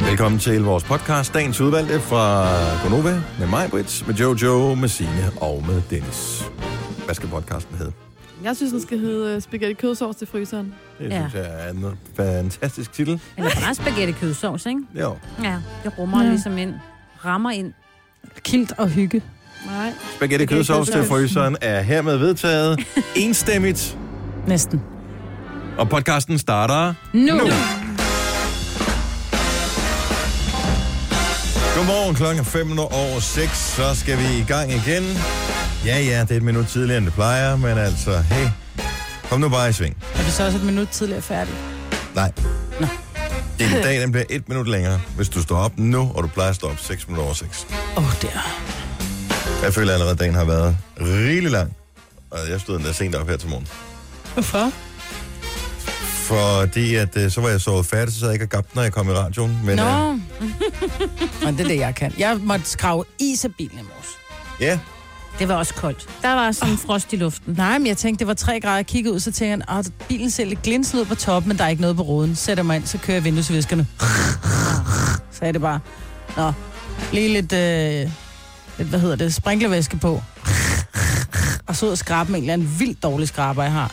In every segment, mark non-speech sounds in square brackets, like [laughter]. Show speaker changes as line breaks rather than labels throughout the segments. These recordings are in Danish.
Velkommen til vores podcast, dagens udvalgte fra Gonova, med mig, Brits, med Jojo, med Signe og med Dennis. Hvad skal podcasten hedde?
Jeg synes, den skal hedde øh, spaghetti kødsovs til fryseren.
Det
Ja.
synes jeg er en fantastisk titel.
Eller bare spaghetti kødsovs, ikke?
Jo,
Ja, det rummer ja.
Ja.
ligesom ind. Rammer ind.
Kilt og hygge.
Nej.
spaghetti kødsovs til fryseren er hermed [laughs] vedtaget enstemmigt,
Næsten.
og podcasten starter
Nu! nu.
Godmorgen, klokken er fem minutter over 6, så skal vi i gang igen. Ja, ja, det er et minut tidligere, end det plejer, men altså, hey, kom nu bare i sving.
Er det så også et minut tidligere færdigt?
Nej. Din dag, den bliver et minut længere, hvis du står op nu, og du plejer at stå op 6 minutter over 6.
Åh, oh, der.
Jeg føler allerede, at dagen har været rigelig lang, og jeg stod endda sent op her til morgen.
Hvorfor?
Fordi at, øh, så var jeg sovet færdig, så sad jeg ikke og gabte, når jeg kom i radioen. Men
Nå.
øh,
Men det er det, jeg kan. Jeg måtte skrave is af bilen i morges.
ja,
Det var også koldt. Der var sådan oh. frost i luften.
Nej, men jeg tænkte, det var 3 grader. Jeg kiggede ud, så tænkte jeg, at bilen ser lidt glinsende ud på toppen, men der er ikke noget på ruden. Sætter mig ind, så kører jeg vinduesviskerne. [laughs] Så er det bare. Nå, lige lidt, øh, lidt hvad hedder det, sprinklervæske på. Og så ud og skrabe med en eller anden vildt dårlig skraber, jeg har.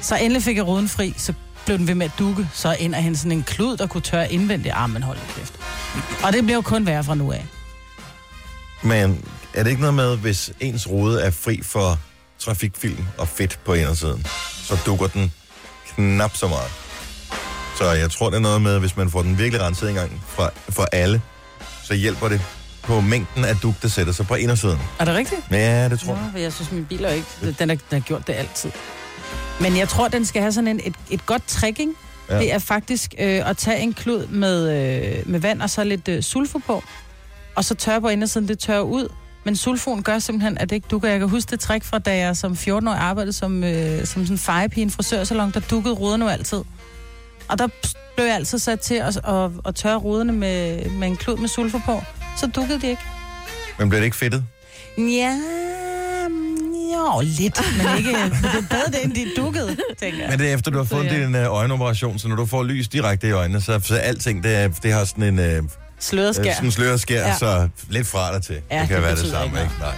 Så endelig fik jeg ruden fri, så blev den ved med at dukke, så ind og hente sådan en klud, der kunne tørre indvendigt. Ah, men hold da kæft. Og det bliver jo kun værre fra nu af.
men er det ikke noget med, hvis ens rode er fri for trafikfilm og fedt på indersiden, så dukker den knap så meget. Så jeg tror, det er noget med, hvis man får den virkelig renset engang fra, for alle, så hjælper det på mængden af duk, der sætter sig på indersiden.
Er det rigtigt?
Ja, det tror
Nå,
jeg.
for jeg synes, min bil er ikke... Den har, den har gjort det altid. Men jeg tror, den skal have sådan en, et, et godt trækking.
Ja.
Ja. Det er faktisk øh, at tage en klud med, øh, med vand og så lidt øh, sulfo på. Og så tørre på indersiden, det tørrer ud. Men sulfon gør simpelthen, at det ikke dukker. Jeg kan huske det trick fra, da jeg som 14-årig arbejdede som, øh, som sådan en fejepige i en frisørsalon, der dukkede ruderne jo altid. Og der blev jeg altid sat til at, at, at tørre ruderne med, med en klud med sulfo på. Så dukkede de ikke.
Men bliver det ikke fedtet?
Ja, mm, jo, lidt, men ikke. men Det er bedre det, end de dukkede, tænker jeg.
Men det er efter, du har
Så
fået
ja.
din øh, øjenoperation, så når du får lys direkte i øjnene, så, så alting, det, er, det har sådan en... Øh,
Sløret
skær.
skær.
sådan sløret skær, ja.
Ja.
så lidt fra dig til. Ja, det kan
det
være det
betyder
samme,
ikke
ikke? Nej.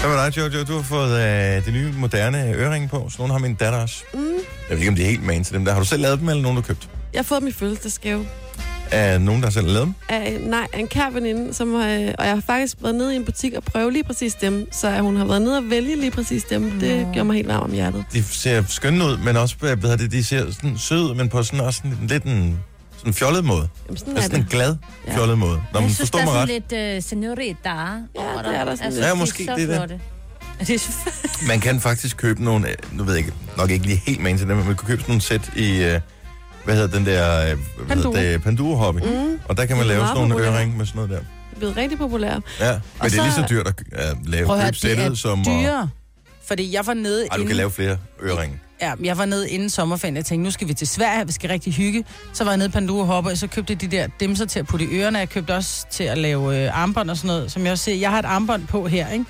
Hvad med dig, Jojo? Du har fået øh, de nye moderne øring på. Sådan nogle har min datter også. Mm. Jeg ved ikke, om de er helt man til dem der. Har du selv lavet dem, eller nogen, du har købt?
Jeg har fået dem i fødselsdagsgave
Er nogen, der har selv lavet dem?
af, nej, af en kær veninde, som, øh, og jeg har faktisk været nede i en butik og prøvet lige præcis dem, så at hun har været nede og vælge lige præcis dem. Det gjorde mig helt varm om hjertet.
De ser skønne ud, men også, hvad hedder det, de ser sådan søde, ud, men på sådan også sådan, lidt en sådan fjollet måde.
Jamen, sådan
Altså
er
sådan en
det.
glad
Ja.
fjollet måde. Når
jeg
man
synes,
forstår
der er
mig
sådan
ret.
lidt uh, senorita. Ja,
Ja, det er der sådan lidt.
Ja, måske
de er så
det er det.
flotte. Det er så
Man kan faktisk købe nogle, øh, nu ved jeg ikke, nok ikke lige helt med til det, men man kan købe sådan nogle sæt i, øh, hvad hedder den der, øh, hvad hedder
Panduro.
det, Panduro-hobby.
Mm,
Og der kan man
Det er
lave
meget
sådan nogle
populært.
øring med sådan noget der.
det er blevet rigtig populært.
Ja, men
Og
det er lige
så-
så dyrt at øh, lave
Prøv at
købe
høre, det er
sættet, som... at-
dyre. Fordi jeg var nede
Ej, du kan
inden,
lave flere øringe.
ja, men jeg var nede inden sommerferien, jeg tænkte, nu skal vi til Sverige, vi skal rigtig hygge. Så var jeg nede på Panduro Hopper, og så købte jeg de der dimser til at putte i ørerne. Jeg købte også til at lave øh, armbånd og sådan noget, som jeg også ser. Jeg har et armbånd på her, ikke?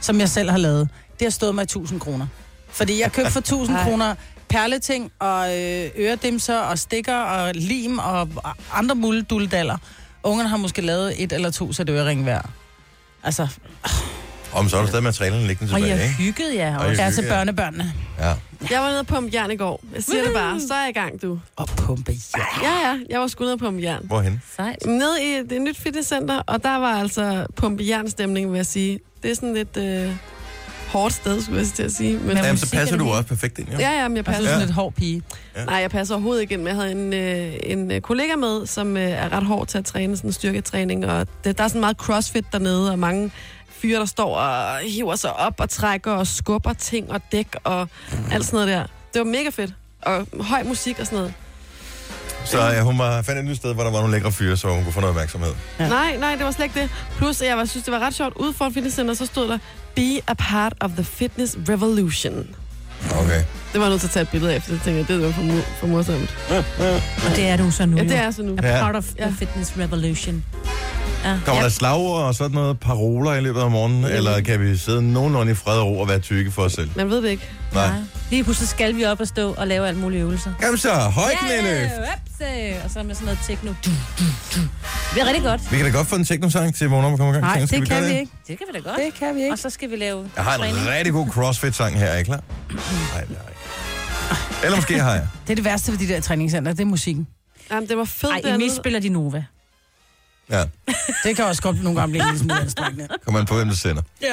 som jeg selv har lavet. Det har stået mig i 1000 kroner. Fordi jeg købte for 1000
Ej.
kroner perleting og øh, øredimser og stikker og lim og, og andre mulleduldaller. Ungerne har måske lavet et eller to sæt ørering hver. Altså,
Om så er du stadig materialen liggende
Og
tilbage,
jeg
ikke?
hyggede jer
Og I
også.
det er til
hygge, ja.
børnebørnene.
Ja.
Jeg var nede og pumpe jern i går. Jeg siger det bare, så er jeg i gang, du.
Og pumpe ja.
Ja, ja, jeg var sgu nede og pumpe jern.
Hvorhen?
Sejt.
Nede i det nyt fitnesscenter, og der var altså pumpejernstemning, vil jeg sige. Det er sådan lidt øh, hårdt sted, skulle jeg til at sige. Men,
Men-
Jamen, så
musik er
passer
det
du
hele.
også perfekt ind, jo.
ja, ja, men jeg
Og så
passer.
Altså, sådan lidt hård pige.
Nej, jeg passer overhovedet ikke ind, men jeg havde en, øh, en øh, kollega med, som øh, er ret hård til at træne, sådan styrketræning, og det, der er sådan meget crossfit dernede, og mange fyre, der står og hiver sig op og trækker og skubber ting og dæk og alt sådan noget der. Det var mega fedt. Og høj musik og sådan noget.
Så ja, hun var, fandt et nyt sted, hvor der var nogle lækre fyre, så hun kunne få noget opmærksomhed.
Ja.
Nej, nej, det var slet ikke det. Plus, jeg var, synes, det var ret sjovt. Ude foran fitnesscenter, så stod der, Be a part of the fitness revolution.
Okay.
Det var jeg nødt til at tage et billede af, for det tænkte jeg, det var for, mu- for morsomt.
Og det er du så nu.
Ja, det
jo.
er så nu.
A
Ja.
part of the
Ja.
fitness revolution. Ja.
Kommer ja. der slagord og sådan noget, paroler i løbet af morgenen, mm. eller kan vi sidde nogenlunde i fred og ro og være tykke for os selv?
Man ved det ikke.
Nej.
Nej. Lige pludselig skal vi op og stå og lave alt mulige øvelser.
Kom så, højknæløft!
Ja, øpse! Og så med sådan noget techno. Du, du, du. Det er rigtig godt.
Vi kan da godt få en teknosang til morgen, når vi kommer i gang.
Nej, det
Skal vi
kan
gøre
vi ikke.
Det kan vi da godt.
Det kan vi
Og
ikke.
så skal vi lave
Jeg har en
træning.
rigtig god CrossFit-sang her, er I klar? Nej, nej. Eller måske har jeg.
Det er det værste ved de der træningscenter, det er musikken.
Jamen, det var fedt
Ej, Emil
dernede.
spiller de Nova.
Ja,
Det kan også godt nogle gange blive en lille smule anstrengende.
kom man på, hvem der sender.
Ja.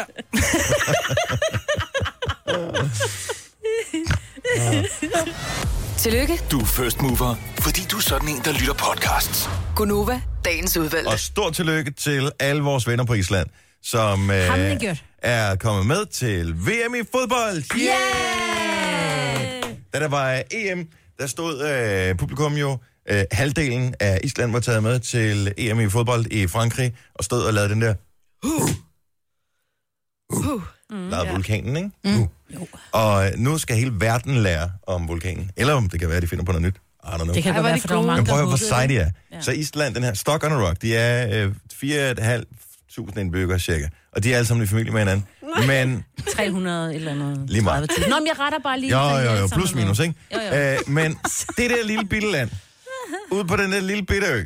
Tillykke,
Du er first mover, fordi du er sådan en, der lytter podcasts.
Gunova, dagens udvalgte.
Og stort tillykke til alle vores venner på Island, som øh,
Hamningjørn.
er kommet med til VM i fodbold. Yeah! Da der var øh, EM, der stod øh, publikum jo, øh, halvdelen af Island var taget med til EM i fodbold i Frankrig, og stod og lavede den der
Uh,
lavede vulkanen, ikke? Mm. Uh. Og nu skal hele verden lære om vulkanen. Eller om det kan være, de finder på noget nyt. I don't know.
Det kan godt
Ej, hvor er
være,
de
for der var
gode.
mange, [laughs]
Men prøv
der
at høre, hvor
huggede
sej
det.
de er.
Ja.
Så Island, den her Stock on a Rock, de er øh, 4.500 indbyggere cirka. Og de er alle sammen i familie med hinanden. Men
300 eller noget.
Lige meget.
30.000. Nå, men jeg retter bare lige.
jo,
fordi
jo,
alle
jo,
sammen
plus
er med.
minus, ikke?
Jo, jo.
Øh, men det der lille bitte land, ude på den der lille bitte ø,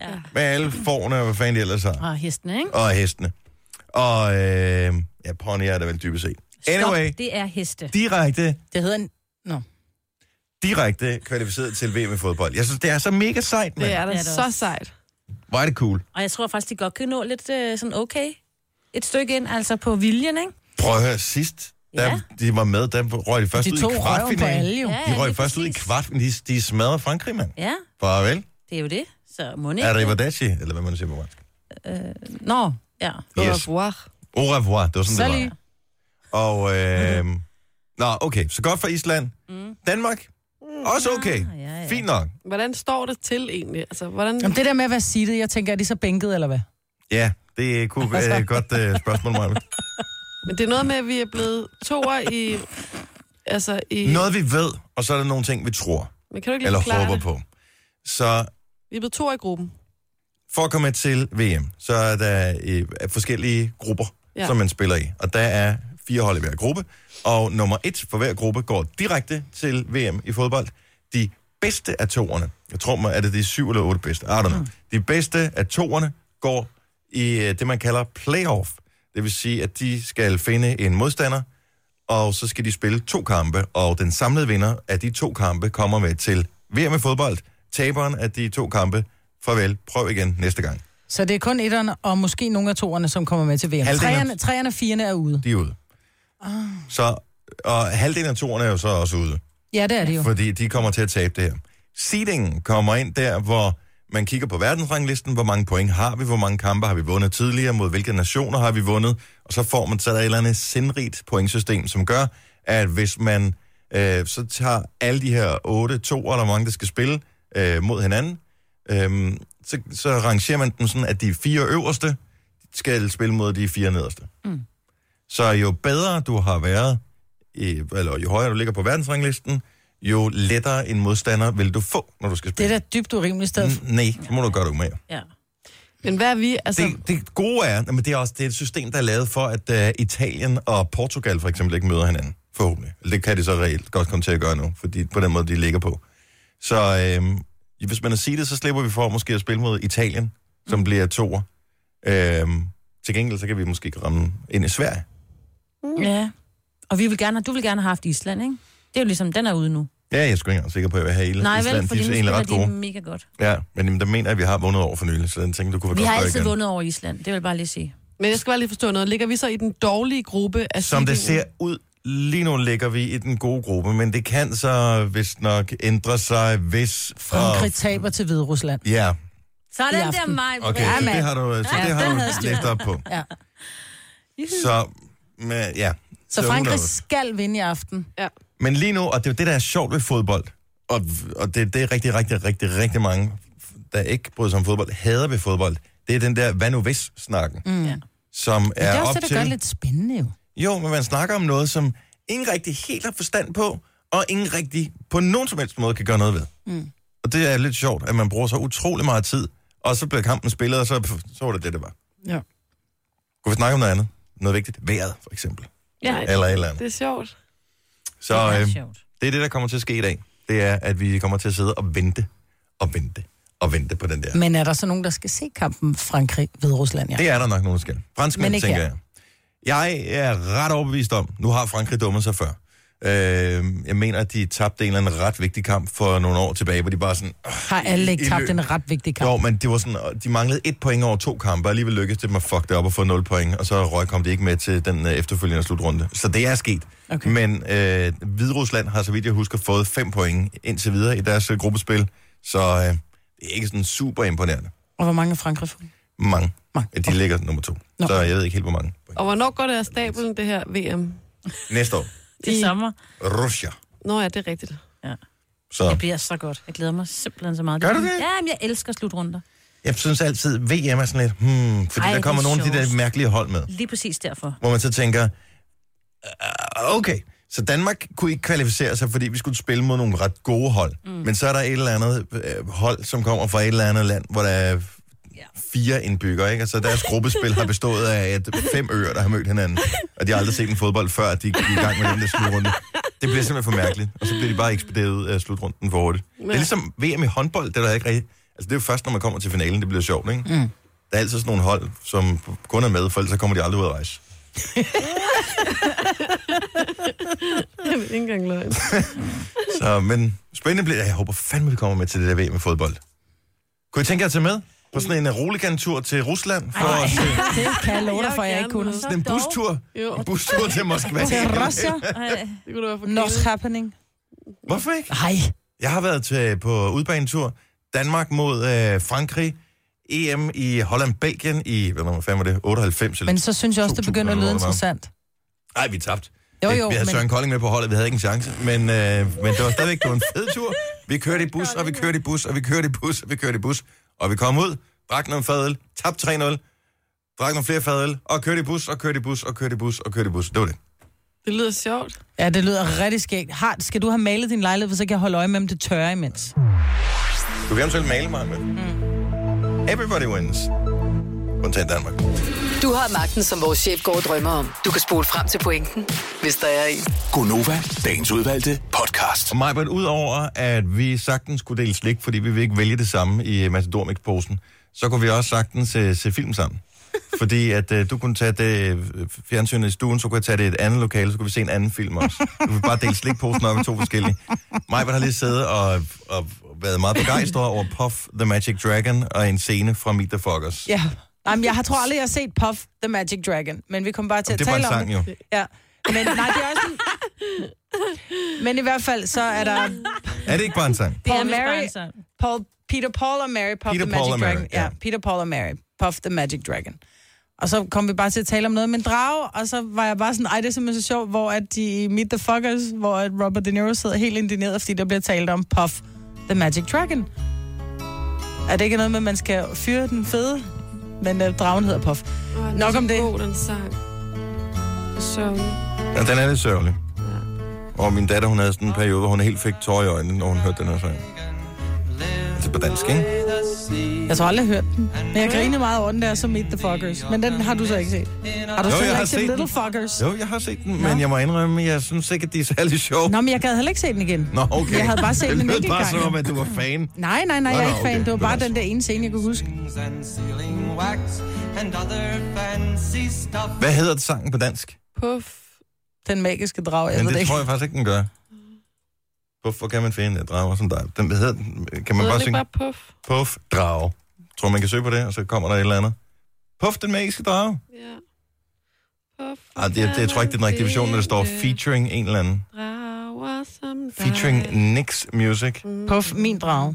Ja.
med alle forne og hvad fanden de ellers har,
Og hestene, ikke?
og hestene. Og øh, ja, ponyer er der vel dybest set. Anyway,
Stop, det er heste.
direkte
Det hedder en... Nå.
direkte kvalificeret til VM i fodbold. Jeg synes, det er så mega sejt, mand.
det er da
Det er det
så
også.
sejt.
Hvor er det cool.
Og jeg tror faktisk, de godt kan nå lidt øh, sådan okay. Et stykke ind, altså på viljen, ikke?
Prøv at høre, sidst, da
Ja.
de var med, der røg de først
De
ud
to
i
røven på
kvartfinalen.
alle jo.
Ja.
De røg
lige
først ud i
præcis.
kvartfinalen. De, de smadrede Frankrig, mand.
Ja,
Farvel.
det er jo det. Så må ikke.
Arrivederci, eller hvad man siger på fransk.
Nå, ja.
Yes.
Yes. Wow.
Au revoir, det var sådan,
Så
det
lige.
var. Og, øh,
Mm-hmm.
Nå, okay, så godt for Island. Mm. Danmark, også okay.
Mm. ja, ja.
Fint nok.
Hvordan står det til egentlig? Altså, hvordan...
Jamen, det der med at være seedet, jeg tænker, er de så bænket, eller hvad?
Ja, det
[laughs]
kunne være et godt øh, spørgsmål, Maja.
Men det er noget med, at vi er blevet toer i... Altså i...
Noget vi ved, og så er der nogle ting, vi tror,
Men kan du ikke lige
eller
forklare
håber
det?
på. Så
Vi er blevet toer i gruppen.
for at komme med til VM, så er der øh, forskellige grupper, ja.
Ja.
som man spiller i. Og der er fire hold i hver gruppe. Og nummer et for hver gruppe går direkte til VM i fodbold. De bedste af toerne, jeg tror mig, er det de syv eller otte bedste, I don't know. De bedste af toerne går i øh, det, man kalder playoff. Det vil sige, at de skal finde en modstander, og så skal de spille to kampe, og den samlede vinder af de to kampe kommer med til VM i fodbold. Taberen af de to kampe, farvel, prøv igen næste gang.
Så det er kun etterne, og måske nogle af toerne, som kommer med til VM.
Halvdelen af-
Træerne, træerne og firerne er ude.
De er ude. Så, og halvdelen af toerne er jo så også ude,
Ja, det er de jo.
fordi de kommer til at tabe det her. Seedingen kommer ind der, hvor man kigger på verdensranglisten, hvor mange point har vi, hvor mange kampe har vi vundet tidligere, mod hvilke nationer har vi vundet, og så får man så er der et eller andet sindrigt pointsystem, som gør, at hvis man øh, så tager alle de her otte, to eller hvor mange, der skal spille øh, mod hinanden, øh, så, så rangerer man dem sådan, at de fire øverste skal spille mod de fire nederste. Så jo bedre du har været, i, eller jo højere du ligger på verdensranglisten, jo lettere en modstander vil du få, når du skal
Det
spille.
er da dybt urimeligt sted.
N- Nej, det må du gøre dig med.
Ja.
Men hvad er vi? Altså, det...
Det, det gode er, men det er også det er et system, der er lavet for, at uh, Italien og Portugal for eksempel ikke møder hinanden. Forhåbentlig. Eller Det kan de så reelt godt komme til at gøre nu, fordi på den måde, de ligger på. Så øhm, hvis man er sige det, så slipper vi for måske at spille mod Italien,
Mm.
som bliver toer. Øhm, til gengæld, så kan vi måske ramme ind i Sverige.
ja. Og vi vil gerne, du vil gerne have haft Island, ikke? Det er jo ligesom, den er ude nu.
Ja, jeg er sgu ikke engang sikker på, at jeg vil have Island.
Nej, vel, fordi
de er
nu
egentlig
spiller
ret gode.
de mega godt.
Ja, men jamen, der mener jeg, at vi har vundet over for nylig, så den tænkte, du kunne
Vi
vel
har
godt gøre
altid
igen.
vundet over Island, det vil jeg bare lige sige.
Men jeg skal bare lige forstå noget. Ligger vi så i den dårlige gruppe af
Som det
seedingen?
ser ud, lige nu ligger vi i den gode gruppe, men det kan så hvis nok ændre sig, hvis...
Frankrig taber til Hvide Rusland.
Og, ja,
Sådan
I
der,
aften.
mig.
okay, ja, så det har du, så
Ja,
det
den
har
havde
du læst op på.
Ja.
Så, men, ja.
Så
who
Frankrig
knows?
skal vinde i aften.
Ja.
Men lige nu, og det er jo det, der er sjovt ved fodbold, og, og det, det er rigtig, rigtig, rigtig, rigtig mange, der ikke bryder sig om fodbold, hader ved fodbold, det er den der hvad nu hvis-snakken, mm.
Ja.
som
Men
er,
det er
op
også det,
til...
der gør det lidt spændende jo.
Jo, men man snakker om noget, som ingen rigtig helt har forstand på, og ingen rigtig på nogen som helst måde kan gøre noget ved. Mm. Og det er lidt sjovt, at man bruger så utrolig meget tid Og så blev kampen spillet, og så, så var det det, det var.
Ja.
Kunne vi snakke om noget andet? Noget vigtigt? Vejret, for eksempel.
Ja.
Nej,
Eller et eller andet.
det er sjovt.
Så
Det er
øh,
sjovt.
det er det, der kommer til at ske i dag. Det er, at vi kommer til at sidde og vente og vente og vente på den der.
Men er der så nogen, der skal se kampen Frankrig-Hvid-Rusland? Ja.
Det er der nok nogen, der skal.
Men
Franskmænd,
ikke
tænker
her.
jeg. Jeg er ret overbevist om, nu har Frankrig dummet sig før. Øh, jeg mener, at de tabte en eller anden ret vigtig kamp for nogle år tilbage, hvor de bare sådan... "Åh,
Har alle ikke
i
tabt
løb-
en ret vigtig kamp?
Jo, men det var sådan, og de manglede et point over to kampe, og alligevel lykkedes det dem at fuck det op og få 0 point, og så røg kom de ikke med til den øh, efterfølgende slutrunde. Så det er sket.
Okay.
Men øh, Hviderusland har, så vidt jeg husker, fået 5 point indtil videre i deres øh, gruppespil, så øh, det er ikke sådan super imponerende.
Og hvor mange er Frankrig fået?
Mange.
Mange.
De ligger nummer to.
Nå.
Så jeg ved ikke helt, hvor mange.
Og hvornår går det af stablen, det her VM?
Næste år.
Det er sommer.
Russia.
Nå ja, det er rigtigt. [laughs]
Så
Det bliver så godt. Jeg glæder mig simpelthen så meget.
Gør du det?
Ja, men jeg elsker slutrunder.
jeg synes altid, VM er sådan lidt, hmm, fordi
Ej,
Ej, der
det er
kommer nogle af de der
sjovest.
mærkelige hold med.
Lige præcis
[laughs]
derfor.
hvor man så tænker, "Ah, okay, så Danmark kunne ikke kvalificere sig, fordi vi skulle spille mod nogle ret gode hold. Mm. Men så er der et eller andet øh, hold, som kommer fra et eller andet land, hvor der er fire indbyggere, ikke? Og så deres gruppespil har bestået af et, fem øer, der har mødt hinanden. Og de har aldrig set en fodbold før, at de gik i gang med den der slutrunde. Det bliver simpelthen for mærkeligt. Og så bliver de bare ekspederet ud af slutrunden for hurtigt. Det er ligesom VM i håndbold, det er der ikke rigtigt. Altså, det er jo først, når man kommer til finalen, det bliver sjovt, ikke? Mm. Der er altid sådan nogle hold, som kun er med, for ellers så kommer de aldrig ud at rejse.
Det er ikke
[laughs]
engang løgn.
Så, men spændende bliver det. Jeg håber fandme, vi kommer med til det der VM med fodbold. Kunne I tænke jer at tage med på sådan en uh, roligantur til Rusland? For Ej, sådan
Det kan jeg love dig for, at jeg
Jeg
ikke kunne.
gerne
en bustur?
Jo.
En bustur til Moskva?
Til Russia?
Ej,
Det kunne da være for
Not
grineren.
happening.
Hvorfor ikke?
Nej.
Jeg har været til, på udbanetur. Danmark mod øh, Frankrig. EM i Holland-Belgien i, hvad nummer fanden var det, 98 eller
Men så synes jeg også, det
2000
begynder at lyde
eller hvad det
interessant.
Nej, vi tabte.
Jo,
Ikke?
jo,
vi havde
men-
Søren Kolding med på holdet, vi havde ikke en chance. Men, øh, men det var stadigvæk det var en fed tur. Vi kørte i bus, og vi kørte i bus, og vi kørte i bus, og vi kørte i bus. Og vi kom ud, drak nogle fadøl, tabte 3-0, drak nogle flere fadøl, og kørte i bus, og kørte i bus, og kørte i bus, og kørte i bus. Det var det.
Det lyder sjovt.
Ja, det lyder rigtig skægt. Har, skal du have malet din lejlighed, for så kan jeg holde øje med, om det tørrer imens?
Du kan eventuelt male mig med. Mm. Everybody wins. Undtagen Danmark.
Du har magten, som vores chef går og drømmer om. Du kan spole frem til pointen, hvis der er en.
Gonova, dagens udvalgte podcast.
Og Majbert, udover at vi sagtens kunne dele slik, fordi vi vil ikke vælge det samme i øh, Matador-mixposen, så kunne vi også sagtens se, se film sammen. Fordi at øh, du kunne tage det øh, fjernsynet i stuen, så kunne jeg tage det i et andet lokale, så kunne vi se en anden film også. Du kunne bare dele slikposen op i to forskellige. Majbert har lige siddet og, og været meget begejstret over Puff the Magic Dragon og en scene fra Meet the Fockers.
Ja. Jamen, jeg har tror aldrig, jeg har set Puff the Magic Dragon, men vi kom bare til
Det
at
var en
tale om
sang
det.
jo.
Ja. Men, nej, det er også en... Men i hvert fald, så er der
Er det ikke bare en sang?
det er
Paul
Mary.
Mary- Paul, Peter Paul og Mary Puff
Peter
the
Paul
Magic
og Mary,
Dragon. ja.
ja.
Peter Paul og Mary Puff the Magic Dragon. Og så kom vi bare til at tale om noget med en drage, og så var jeg bare sådan, ej, det er simpelthen så sjovt, hvor at de i Meet the Fuckers, hvor at Robert De Niro sidder helt indineret, fordi der bliver talt om Puff the Magic Dragon. Er det ikke noget med, at man skal fyre den fede? Men uh, dragen hedder Puff.
Åh, den er
Nok
så
om det.
God, den sang. Så...
Ja, den er lidt sørgelig. Og min datter, hun havde sådan en periode, hvor hun helt fik tårer i øjnene, når hun hørte den her sang. Altså på dansk, ikke?
Jeg tror aldrig, jeg har hørt den. Men jeg griner meget over den der, som Meet the Fuckers. Men den har du så ikke set. Har du
Jo,
så
jeg har
ikke set
set
Little
den.
Fuckers?
Jo, jeg har set den, men jeg må indrømme, jeg synes ikke, at de er særlig sjove.
Nå, men jeg gad heller ikke se den igen.
Nå, okay.
Jeg havde bare set
[laughs] det
den en
lød
enkelt
bare
gang.
som om, at du var fan.
Nej, nej, nej, jeg er
Nå,
ikke
nå,
fan.
okay.
Det var
Det var
bare
det.
den der ene scene, jeg kunne huske.
and sealing wax and other fancy stuff.
Hvad hedder det sangen på dansk?
Puff.
Den magiske drag, jeg ved
Men
det
det
ikke.
tror jeg faktisk ikke, den gør. Puff, hvor kan man finde en drager som dig? Den hvad hedder, den? kan man
Hedder
bare
den ikke
synge
bare Puff?
Puff, drage. Tror man kan søge på det, og så kommer der et eller andet. Puff, den magiske drage.
Ja. Puff.
Ej, Ah, det, det, jeg tror ikke, det er den rigtige version, når der står featuring en eller anden.
Drager som dig.
Featuring Nix Music.
Puff, min drag.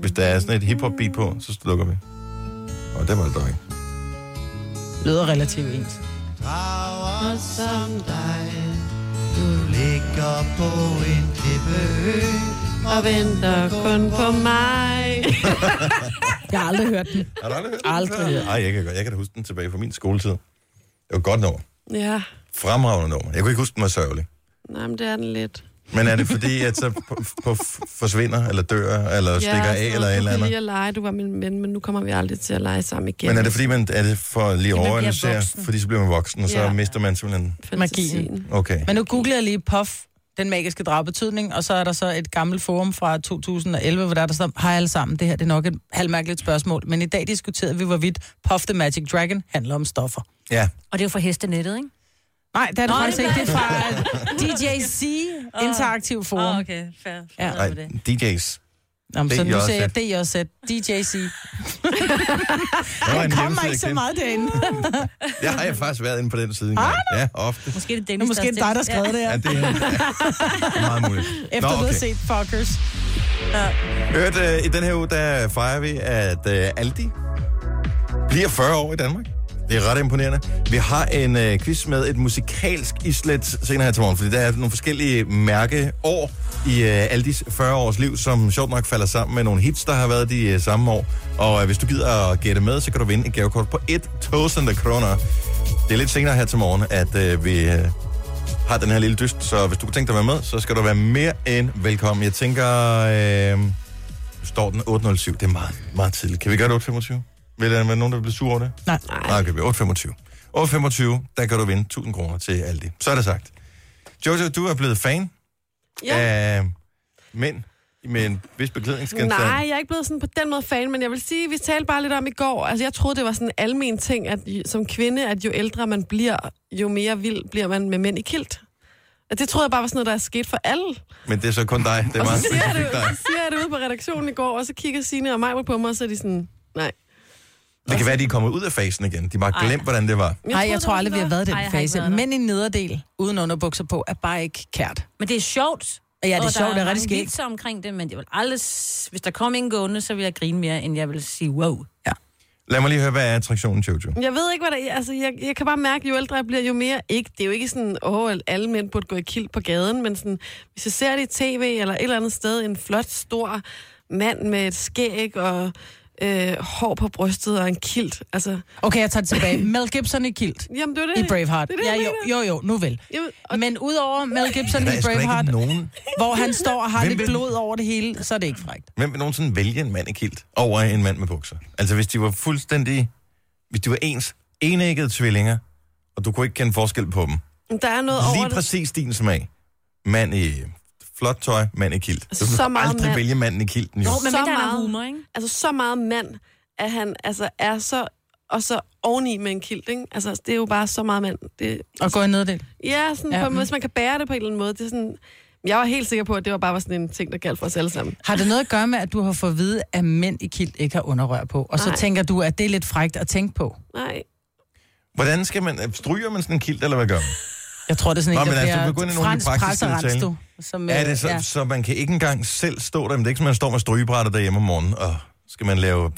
Hvis der er sådan et hiphop beat på, så slukker vi. Og det var det dog ikke.
Lyder relativt ens.
Drager som dig, du ligger på en klippeø.
Og venter kun på mig. [laughs]
Jeg har aldrig hørt den.
Har du aldrig hørt
Aldrig
den?
hørt.
Ej, jeg kan, godt- jeg kan da huske den tilbage fra min skoletid. Det var et godt nummer.
Ja,
Fremragende nummer. Jeg kunne ikke huske, den var sørgelig.
nej, men det er den lidt.
Men er det fordi, at så på, på f- forsvinder, eller dør, eller ja, stikker af, eller et eller
altså, Du kan
andet?
lige at lege, du var min ven, men nu kommer vi aldrig til at lege sammen igen.
Men er det fordi, man er det for lige
bliver
overanalysere,
voksen.
fordi så bliver man voksen, og så
Ja.
mister man simpelthen...
Fantasien.
magien?
Okay.
Men nu googler jeg lige Puff, den magiske dragbetydning, og så er der så et gammelt forum fra 2011, hvor der, er der står, hej alle sammen, det her det er nok et halvmærkeligt spørgsmål, men i dag diskuterede vi, hvorvidt Puff the Magic Dragon handler om stoffer.
Ja,
Og det er jo fra
Ah,
hestenettet, ikke?
Nej, det er det
Nå,
faktisk
det
ikke. Det er
var-
fra DJC Interaktiv Forum.
Åh,
Oh,
oh,
okay.
okay, fair.
Ja.
Ja. Det.
DJ's.
Jamen, så nu
DJZ.
siger jeg DJZ, DJC.
Der var en
Kommer
hjemmeside,
ikke så
jeg
meget [laughs] derinde.
kendte. Jeg har jeg faktisk været inde på den side engang. Ja, ofte.
Måske er
Det
det Dennis,
er måske dig, der skrev det her.
Ja, det er
[laughs]
ja. meget muligt.
Efter du har set Fuckers.
Hørt, øh, i den her uge, der fejrer vi, at øh, Aldi bliver 40 år i Danmark. Det er ret imponerende. Vi har en øh, quiz med et musikalsk islet senere her til morgen, fordi der er nogle forskellige mærkeår i øh, Aldis 40-års liv, som sjovt nok falder sammen med nogle hits, der har været de øh, samme år. Og øh, hvis du gider at gætte med, så kan du vinde et gavekort på 1.000 kroner. Det er lidt senere her til morgen, at øh, vi øh, har den her lille dyst, så hvis du kunne tænke dig at være med, så skal du være mere end velkommen. Jeg tænker... Øh, står den 8.07. Det er meget, meget tidligt. Kan vi gøre det 8.25? Vil der være nogen, der bliver sur over det?
Nej.
Nej, okay, vi er 8.25. 8.25, der kan du vinde 1.000 kroner til Aldi. Så er det sagt. Jojo, du er blevet fan
Ja.
af mænd med en vis beklædningsgenstand.
Nej, jeg er ikke blevet sådan på den måde fan, men jeg vil sige, vi talte bare lidt om i går. Altså, jeg troede, det var sådan en almen ting, at i- som kvinde, at jo ældre man bliver, jo mere vild bliver man med mænd i kilt. Og det troede jeg bare var sådan noget, der er sket for alle.
Men det er så kun dig. Det er
Og så
meget
siger, jeg det,
specifikt dig.
så siger jeg det ude på redaktionen i går, og så kigger Signe og mig på mig, og så er de sådan, nej.
Det kan være, at de er kommet ud af fasen igen. De har bare glemt, hvordan det var.
Nej, jeg tror aldrig, vi har været i
Ej, jeg
den
har ikke
fase.
været der.
Men en nederdel uden underbukser på er bare ikke kært.
Men det er sjovt.
Ja, det er
Og
sjovt, det er
der er
rigtig skægt.
skægt. omkring det, men jeg vil aldrig... s- Hvis der kom en gående, så ville jeg grine mere, end jeg ville sige wow.
Lad mig lige høre, hvad er attraktionen, Jojo?
Jeg ved ikke, hvad der altså, jeg, jeg kan bare mærke, at jo ældre jeg bliver, jo mere ikke. Det er jo ikke sådan, åh, at alle mænd burde gå i kilt på gaden, men sådan, hvis jeg ser det i tv eller et eller andet sted, en flot, stor mand med et skæg og øh, hår på brystet og en kilt. Altså,
Okay, jeg tager det tilbage. Mel Gibson i kilt.
jamen, det er jo
I
det.
Braveheart.
Det er det,
Ja,
jeg
jo,
mener.
jo, jo, nu vel.
Jamen, og,
Men udover Mel Gibson
Der
i
er sgu da
Braveheart,
ikke nogen,
hvor han står og har
Hvem
lidt
vil-
blod over det hele, så er det ikke frækt.
Hvem vil nogensinde vælge en mand i kilt over en mand med bukser? Altså, hvis de var fuldstændig... Hvis de var ens enæggede tvillinger, og du kunne ikke kende forskel på dem.
der er noget over
Lige
det.
præcis din smag. Mand i flot tøj, mand i kilt. Du
Så
kan
meget
aldrig
mand.
vælge manden i kilten, jo.
Jo, men
Så
så der er
meget.
humor, ikke?
Altså, så meget mand, at han altså, er så og så oveni med en kilt, ikke? Altså, det er jo bare så meget mand. Det,
Og gå i neddel.
Ja, sådan
Ja.
ja. På,
mm.
en- hvis man kan bære det på en eller anden måde. Det er sådan, jeg var helt sikker på, at det var bare var sådan en ting, der galt for os alle sammen.
Har det noget at gøre med, at du har fået at vide, at mænd i kilt ikke har underrør på? Og så
Nej.
tænker du, at det er lidt frækt at tænke på?
Nej.
Hvordan skal man... Stryger man sådan en kilt, eller hvad gør man?
Jeg tror, det er sådan
Nå,
en,
men
der
altså,
bliver
du begynder i nogle af de
fransk
praktiske
presserens,
detaljer.
du. Som,
Er
øh,
det så,
ja.
så man kan ikke engang selv stå der? Men det er ikke sådan, man står med strygebrætter derhjemme om morgenen, og skal man lave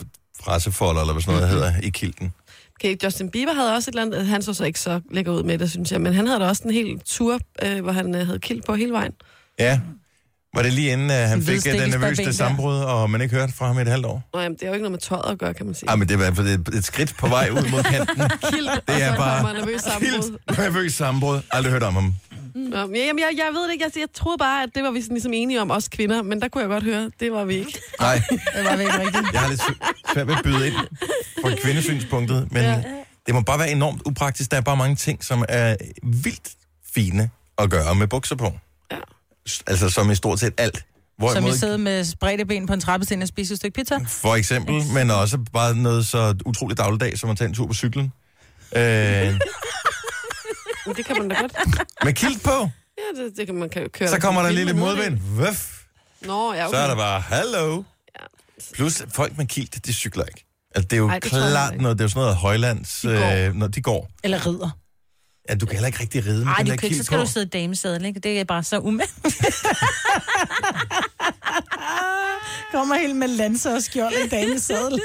pressefolder, eller hvad sådan
Mhm.
noget hedder, i kilten.
Okay, Justin Bieber havde også et eller andet, han så så ikke så lækker ud med det, synes jeg, men han havde da også en hel tur, øh, hvor han øh, havde kilt på hele vejen.
Ja. Var det lige inden, at han
En hvid
fik øh, det
stikkelsbærben der.
nervøse sammenbrud, og man ikke hørte fra ham i et halvt år?
Nå, jamen, det er jo ikke noget med tøjet at gøre, kan man sige.
Ej, Ah, men det er i hvert fald et, et skridt på vej ud mod kanten.
Kilt, og
Det
så
er
kommer
bare
nervøs [laughs] sammenbrud.
vildt nervøs sammenbrud. Aldrig hørt om ham.
Nå, ja, jamen, jeg, jeg ved det ikke, jeg, jeg troede bare, at det var vi sådan, ligesom enige om, os kvinder, men der kunne jeg godt høre, det var vi ikke.
Nej,
Det var vel ikke rigtigt.
jeg har lidt sv- svært ved at byde ind på kvindesynspunktet, men
Ja.
det må bare være enormt upraktisk. Der er bare mange ting, som er vildt fine at gøre med bukser på.
Ja.
S- Altså som i stort set alt.
Som
Hvorimod,
I sidder med spredte ben på en trappesten og spiser et stykke pizza.
for eksempel, men også bare noget så utroligt dagligdag, som at tage en tur på cyklen. Øh,
Men det kan man da godt.
med kilt på,
Ja, det, det kan man kan køre.
så kommer der en
Kilt
lille
med
modvind. Vøf.
Nå, ja,
Så
okay.
er der bare, hallo. Plus, folk med kilt, de cykler ikke. Altså, det er jo
Ej,
Ej,
det tror jeg
klart
ikke.
noget, det er jo sådan noget højlands,
De går.
øh, når de går.
Eller ridder.
Ja, du kan heller ikke rigtig ride med
Ej,
den
du
der
kan ikke, så
kilt
skal
på.
du sidde i damesadel, ikke? Det er bare så umændt.
Kommer helt med lanser og skjold i damesadel.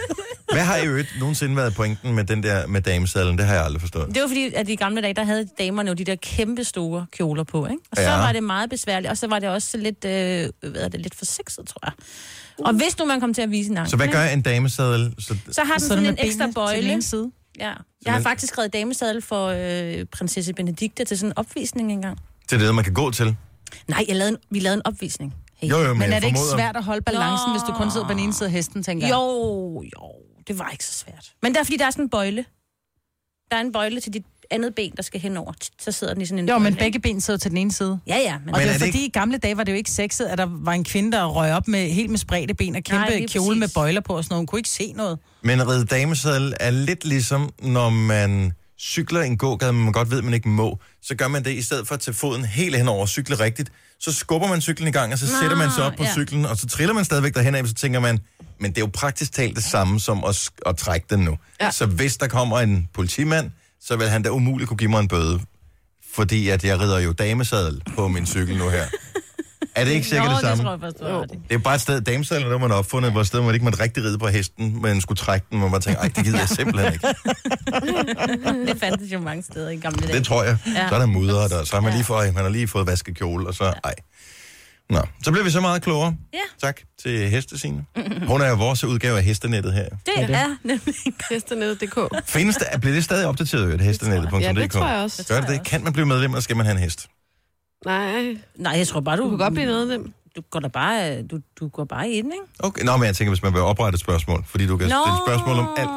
Hvad har i øvrigt nogensinde været pointen med den der med damesadlen? Det har jeg aldrig forstået.
Det var fordi, at i gamle dage, der havde damerne jo de der kæmpe store kjoler på, ikke? Og så
Ja.
ja. var det meget besværligt, og så var det også lidt, øh, hvad er det, lidt for sexet, tror jeg. Og hvis nu man kom til at vise en ankel,
Så hvad
ikke?
gør en damesadel? Så,
så har den sådan en ekstra bøjle.
side.
Ja. Jeg har
man-
faktisk skrevet damesadel for øh, prinsesse Benedikte til sådan en opvisning engang.
til det, man kan gå til.
Nej, jeg lavede en, vi lavede en opvisning. Hey.
Jo, jo, men,
Men
jeg
er det ikke
formoder-
svært at holde balancen,
Nå.
hvis du kun sidder på den ene side af hesten, tænker jeg?
Jo, jo, det var ikke så svært. Men det er, fordi der er sådan en bøjle. Der er en bøjle til dit andet ben, der skal henover. Så sidder den i sådan en
Jo, men
bøjle,
begge ben sidder til den ene side.
ikke? Ja, ja, men...
Og
Men
men det
er
var
det
fordi i gamle dage var det jo ikke sexet, at der var en kvinde, der røg op med helt med spredte ben og kæmpe
Nej,
Nej,
lige
kjole
præcis.
med bøjler på og sådan noget. Hun kunne ikke se noget.
Men at ride damesadel er lidt ligesom, når man cykler en gågade, men man godt ved, man ikke må. Så gør man det, i stedet for at tage foden helt henover og cykle rigtigt, så skubber man cyklen i gang, og så
Nå,
sætter man sig op på
ja.
cyklen, og så triller man stadigvæk derhen af, og så tænker man, men det er jo praktisk talt det samme som at, sk- at trække den nu. Ja.
Ja.
Så hvis der kommer en politimand, så vil han da umuligt kunne give mig en bøde, fordi at jeg rider jo damesadel på min cykel nu her. Er det ikke sikkert det samme?
Nå, det tror jeg faktisk,
Det er bare et sted, damesadlen, der man har opfundet, hvor et sted, man ikke måtte rigtig ride på hesten, men skulle trække den, hvor man tænkte, ej, det
[laughs]
gider jeg simpelthen ikke.
det, det fandtes jo mange steder i gamle dage.
Det tror jeg.
Ja.
Så er der mudder, der, så har man lige fået, man har lige fået vasket kjole, og så, ej. Nå, så blev vi så meget klogere.
Ja.
Tak til Hestesine. Hun er jo vores udgave af hestenettet her.
Det, det er nemlig...
Hestenede.dk.
Findes det, bliver det stadig opdateret, jo, det hestenettet.dk?
Ja, det tror jeg også.
Gør det det? Kan man blive medlem, eller skal man have en hest?
Nej,
Nej, jeg tror bare, du...
du kan godt blive noget af dem.
Du går da bare, øh, du, du går bare ind, ikke?
Okay, nå, men jeg tænker, hvis man vil oprette et spørgsmål, fordi du kan stille spørgsmål om alt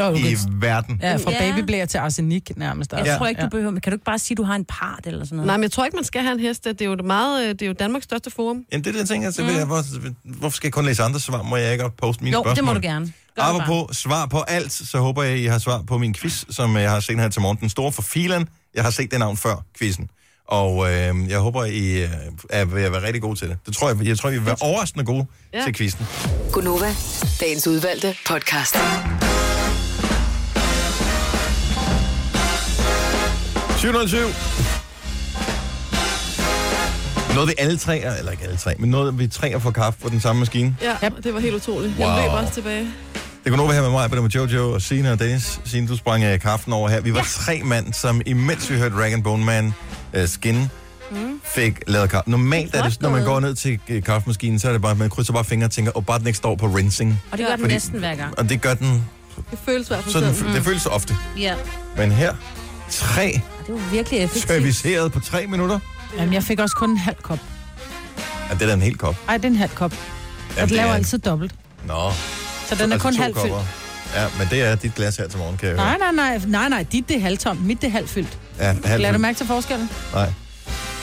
Jo, du
i
kan,
verden.
ja, fra
Ja.
babyblæer til arsenik nærmest.
Jeg
Altså.
ja. tror ikke, du behøver... Men kan du ikke bare sige, du har en part eller sådan noget?
Nej, men jeg tror ikke, man skal have en hest. Det er jo, det meget, øh, det er jo Danmarks største forum.
Jamen, det er det, jeg tænker. Så vil jeg, hvor, hvorfor skal jeg kun læse andre svar? Må jeg ikke også poste mine
Mm. jo,
spørgsmål?
det må du gerne. Gør det bare.
Apropos svar på alt, så håber jeg, I har svar på min quiz, som jeg har set her til morgen. Den store for filen. Jeg har set det navn før, quizzen. Og øh, jeg håber, I øh, er ved at være rigtig gode til det. Det tror jeg, jeg tror, I vil være overraskende gode ja.
Ja.
til quizzen.
Gunova, dagens udvalgte podcast.
Noget vi alle tre, er- eller ikke alle tre, men noget vi tre får kaffe på den samme maskine.
Ja, yep. det var helt utroligt.
Wow.
Jeg løb også tilbage.
Det kunne over her med mig, Peter med Jojo og Sina og Dennis. Sina, du sprang øh, kaffen over her. Vi var ja. tre mand, som imens vi hørte Rag Bone Man øh, skin, mm. fik lavet kaffe. Normalt er det, når man går ned til øh, kaffemaskinen, så er det bare, at man krydser bare fingre og tænker, og bare den ikke står på rinsing.
Og det gør den
Fordi-
næsten hver gang.
Og det gør den,
Det føles i hvert fald
så den,
sådan.
mm. det føles så ofte.
Ja.
Men her, tre
Det var virkelig effektivt.
serviceret på tre minutter.
Jamen, jeg fik også kun en halv kop.
Ja, det er da en hel kop.
Ej, det er en halv kop.
Ja,
Og det laver
er,
altid dobbelt.
Nå,
Så den er
altså
kun
to
halvfyldt.
kopper. Ja, men det er dit glas her til morgen, kan jeg
Nej, nej, nej, nej, nej, dit det er halvtomt, mit det er halvfyldt.
høre. Ja, halvfyldt.
Lad du mærke til forskellen?
Nej.
Jeg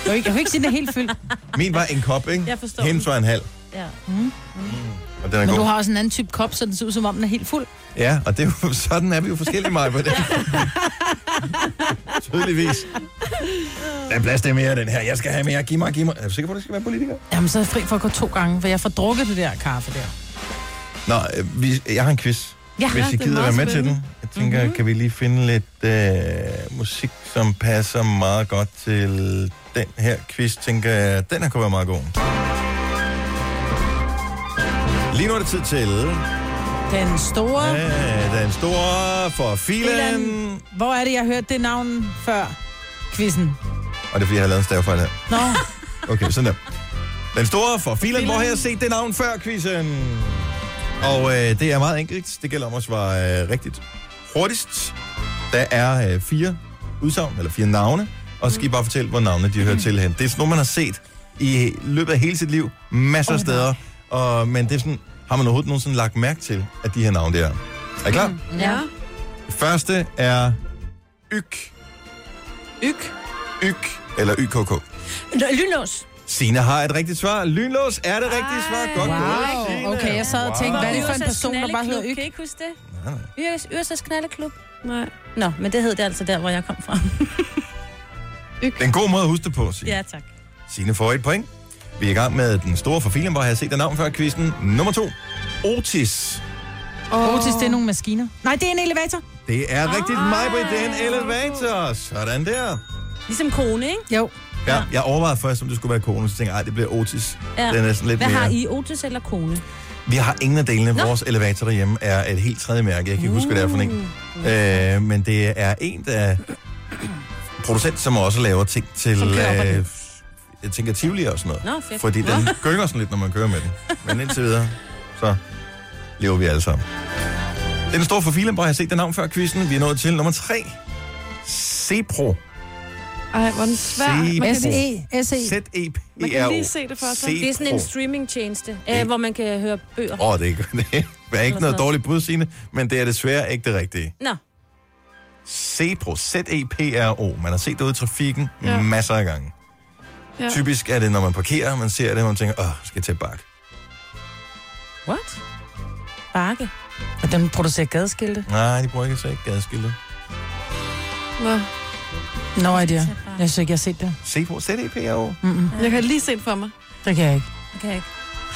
kan ikke- jeg kan ikke sige, det er helt fyldt.
Min var en kop, ikke?
Jeg forstår
Hendes var en halv.
Ja.
Og den er
Men
god.
du har også en anden type kop, så den ser ud som om, den er helt fuld.
Ja, og det er jo, [laughs] sådan er vi jo forskellige, Maja. på det. Tydeligvis. Der er plads til mere af den her. Jeg skal have mere. Giv mig, giv mig. Er du sikker på, at det skal være politiker?
Jamen, så er jeg fri for at gå to gange, for jeg får drukket det der kaffe der.
Nå, øh, vi, jeg har en quiz.
Ja,
Hvis I
det er
gider være
meget
med til den.
spændende. Mhm.
Jeg tænker, mm-hmm. kan vi lige finde lidt øh, musik, som passer meget godt til den her quiz. Tænker jeg, den her kunne være meget god. Lige nu er det tid til...
Den store...
Øh, den store for filen.
Hvor er det, jeg hørte det navn før? Quizzen.
Og det er fordi, jeg har lavet en stavefejl her.
Nå,
Okay, sådan der. Den store for filen, hvor har jeg set det navn før, quizzen? Og øh, det er meget enkelt. Det gælder om at svare øh, rigtigt hurtigst. Der er øh, fire udsagn, eller fire navne, og så skal I bare fortælle, hvor navnene de hører til hen. Det er sådan noget, man har set i løbet af hele sit liv, masser af steder, og, men det er sådan, har man overhovedet nogensinde lagt mærke til, at de her navne der er. Er I klar? Mm.
Ja.
Det første er Yk,
Yk.
Yk eller YKK.
Nå, Lynlås.
Sina har et rigtigt svar. Lynlås er det rigtige svar. Godt gået, Signe.
wow. Okay, jeg sad og tænkte, hvad er det for en
Øresas
person, der bare hedder
Knaldeklub.
Yk?
Kan I ikke huske det?
Nej, nej.
Øres- Øresas Knaldeklub.
Nej.
Nå, men det hed det altså der, hvor jeg kom fra.
Det er en god måde at huske det på, Signe.
[laughs] ja, tak.
Signe får et point. Vi er i gang med den store forfilen, hvor jeg har set den navn før quizzen. Nummer to. Otis.
Oh. Otis, det er nogle maskiner. Nej, det er en elevator.
Det er rigtigt
Ah.
mig, Britt. Det er en elevator. Sådan der.
Ligesom kone, ikke?
Jo.
Ja, jeg overvejede først, om det skulle være kone, så tænkte jeg, "Ej, det bliver Otis.
Ja.
Det er næsten lidt
Hvad
mere.
har I, Otis eller kone?
Vi har ingen af delene. Vores elevator derhjemme er et helt tredje mærke. Jeg kan ikke huske, hvad det er for en.
Mm.
Øh, men det er en, der producent, som også laver ting til...
Som kører over den.
Øh, jeg tænker Tivoli og sådan noget.
Nå, fedt.
Fordi den gynger sådan lidt, når man kører med den. Men indtil videre, så lever vi alle sammen. Den store for filen, hvor jeg har set den navn før quizzen. Vi er nået til nummer tre. Cepro.
Ej, hvor er den svær.
Se-
Man kan lige-
S-E.
E.
S-E.
Z-E-P-E-R-O.
Man kan lige se det for sig.
Det er sådan en streamingtjeneste, øh, hvor man kan høre bøger.
Åh, oh, det er [laughs] ikke, det er ikke noget dårligt bud, Signe, men det er desværre ikke det rigtige.
Nå,
Cepro, Z-E-P-R-O. Man har set det ude i trafikken ja.
Ja.
masser af gange.
Ja.
Ja. Typisk er det, når man parkerer, man ser det, og man tænker, åh, skal jeg til bak?
what? Bakke.
Og den producerer gadeskilte.
Nej, de bruger ikke så ikke gadeskilte.
Nå.
Nå, er det Jeg synes ikke, jeg har set det.
Cepro, Z-E-P-R-O.
Jeg kan lige se det for mig.
Det kan jeg ikke.
Okay.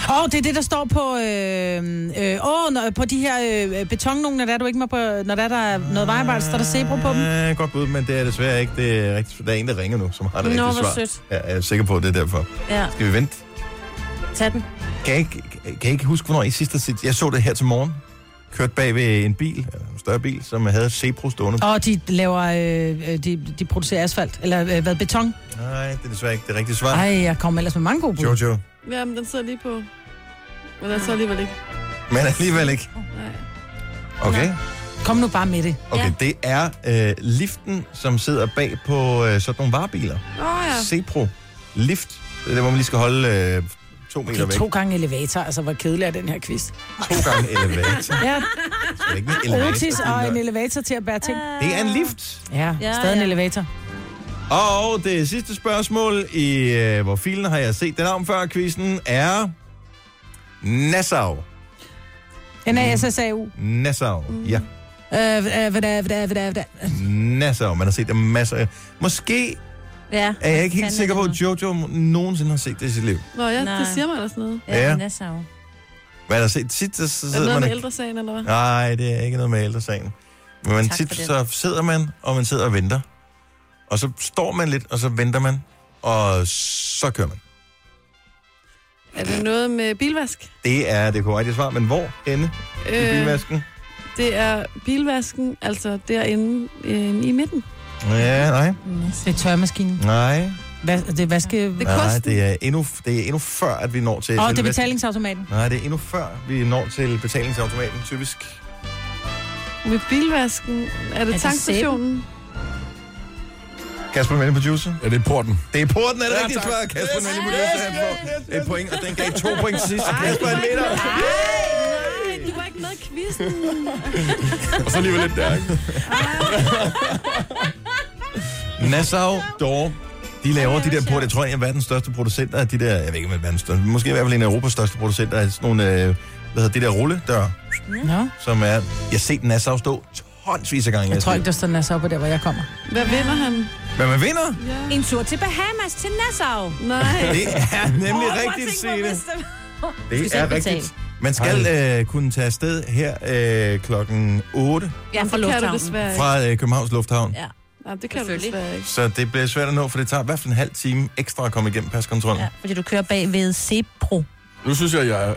Åh, oh, det er det, der står på, øh, øh, åh, når, på de her øh, betonnogen, når der, er du ikke må på, når der, er der er noget vejarbejde, står der zebra på dem.
Ja, godt bud, men det er desværre ikke det rigtige. Der er en, der ringer nu, som har det
Nå,
rigtige
hvor
svar.
sødt.
Ja, jeg er sikker på, at det er derfor.
Ja,
Skal vi vente?
tag den.
Kan jeg ikke, kan jeg ikke huske, hvornår I sidst har set... Jeg så det her til morgen. Kørt bag ved en bil, eller en større bil, som havde Cepro stående.
Og de laver, øh, øh, de, de producerer asfalt, eller øh, hvad, beton.
Oh. Nej, det er desværre ikke det rigtige svar. Ej.
Ej, jeg kommer ellers med mange gode bud.
Jojo.
Jamen, den sidder lige på... Men den sidder alligevel ikke.
Men alligevel ikke.
Nej.
Okay,
Kom nu bare med det.
okay.
Ja.
det er øh, liften, som sidder bag på øh, sådan nogle varebiler.
Åh oh, ja.
Cepro. Lift. Det er der, hvor man lige skal holde øh, to meter
Det
væk.
er to gange elevator, altså hvor kedelig er den her quiz.
to gange [laughs] elevator.
Ja,
Det er ikke en
Otis
elevator.
og en
det er en-
elevator til at bære ting.
Det er en lift.
Ja,
Ja,
stadig en
ja.
elevator.
Og det sidste spørgsmål i øh, hvor filen har jeg set den om før quizzen er Nassau.
N-A-S-S-A-U.
Nassau. Ja,
Øh, hvad hvad der, hvad der, hvad der, hvad der.
Nassau. Man har set det masser af. Måske
Ja.
er jeg ikke helt
Fanden
sikker på,
er
at
det
Jojo nogensinde har set det i sit liv.
Nå ja,
Nej.
det siger mig da sådan noget.
nu. Ja,
Ja.
Nassau.
Man har set tit, så
Er det
sidder
noget med
man...
ældresagen, eller hvad?
Nej, det er ikke noget med ældresagen. Men man
Tak
tit,
for det.
så sidder man, og man sidder og venter. Og så står man lidt, og så venter man. Og så kører man.
Er det noget med bilvask?
Det er det korrekte svar, men hvor henne i
Øh.
bilvasken?
det er bilvasken, altså derinde øh, i midten.
Ja, nej,
Det er tørmaskinen.
nej.
Vas, det er vaske...
Det er
Nej,
kosten.
det er, endnu, det er endnu før, at vi når til...
Åh, det
selve-
er betalingsautomaten.
Nej, det er endnu før, vi når til betalingsautomaten, typisk.
Med bilvasken, er det
det
tankstationen?
Kasper Mellem Producer.
Ja, det er porten.
Det er porten, er det ja, rigtigt
tak.
svar? Kasper Mellem Producer, han får et point, og den gav to point til sidst. så Kasper er vinder.
Nej, du var ikke med i quizzen.
[laughs] Og så alligevel lidt der, ikke?
[laughs] Nassau Dore. De laver de der porter, jeg tror, jeg er verdens største producenter af de der, jeg ved ikke, om det er verdens største, måske i hvert fald en af Europas største producenter af sådan nogle, øh, hvad hedder det der rulledør,
Nå,
som er, jeg har set Nassau stå tonsvis af gange.
jeg tror ikke, der står Nasser på der, hvor jeg kommer.
Hvad vinder han?
Men man vinder.
En tur til Bahamas, til Nassau.
Nej.
Det
[laughs]
er nemlig
Åh,
oh,
prøv at
rigtigt,
tænke på,
Signe.
hvis det-
Det
selv
er rigtigt. Man skal øh, kunne tage afsted her øh, klokken 8
Ja, fra
Det kan du
lufthavnen.
desværre ikke.
fra øh, Københavns Lufthavn. Ja.
Ja.
Nej, det kan du
Selvfølgelig.
desværre ikke.
Så det bliver svært at nå, for det tager i hvert fald en halv time ekstra at komme igennem paskontrollen.
ja,
Ja.
fordi du kører bag ved Cepro.
Nu synes jeg, jeg er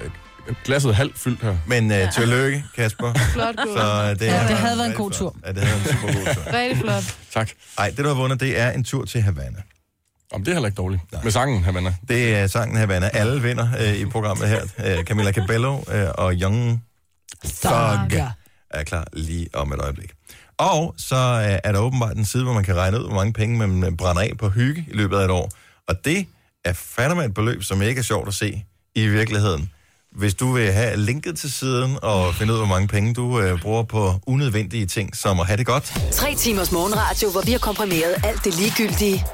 glasset halvt fyldt her.
Men øh, tillykke,
[laughs]
Kasper.
Flot gået.
Så øh, det,
Ja,
er-
det havde været en god
flot.
tur.
Ja, det havde været en super god tur.
Rigtig flot.
Tak.
Ej, det du har vundet, det er en tur til Havana.
Om det er heller ikke dårligt. Nej. Med sangen, Havana.
Det er sangen Havana. Alle vinder øh, i programmet her. Øh, Camilla Cabello øh, og Young Thug er klar lige om et øjeblik. Og så øh, er der åbenbart en side, hvor man kan regne ud, hvor mange penge man øh, brænder af på hygge i løbet af et år. Og det er fandme et beløb, som ikke er sjovt at se i virkeligheden. Hvis du vil have linket til siden og finde ud af, hvor mange penge du øh, bruger på unødvendige ting, som at have det godt,
Tre timers morgenradio, hvor vi har komprimeret alt det ligegyldige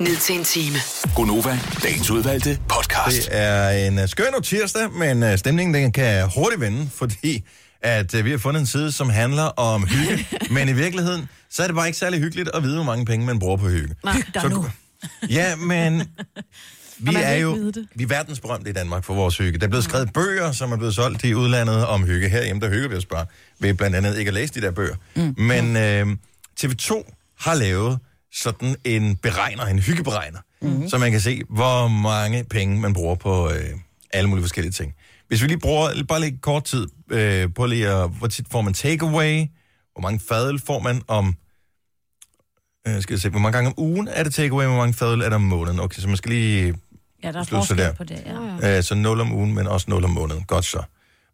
ned til en time.
Gonova, dagens udvalgte podcast.
Det er en øh, skøn og tirsdag, men øh, stemningen den kan hurtigt vende, fordi at øh, vi har fundet en side, som handler om hygge. men i virkeligheden, så er det bare ikke særlig hyggeligt at vide, hvor mange penge man bruger på hygge.
Nej.
Så, [laughs] ja, men vi
man vil
er
ikke
jo
vide det.
vi er verdensberømte i Danmark for vores hygge. Der er blevet skrevet bøger, som er blevet solgt i udlandet om hygge. Herhjemme, der hygger vi os bare ved blandt andet ikke at læse de der bøger. Mm. Men øh, TV2 har lavet sådan en beregner, en hyggeberegner, mm.
Mhm.
så man kan se, hvor mange penge man bruger på øh, alle mulige forskellige ting. Hvis vi lige bruger bare lidt kort tid øh, på lige at, hvor tit får man takeaway, hvor mange fadøl får man om Øh, skal jeg se, hvor mange gange om ugen er det takeaway, hvor mange fadøl er der om måneden? Okay, så man skal lige...
Ja, der er
Slut så der.
forskel på det,
Mm.
ja.
Øh, så 0 om ugen, men også 0 om måneden. Godt så.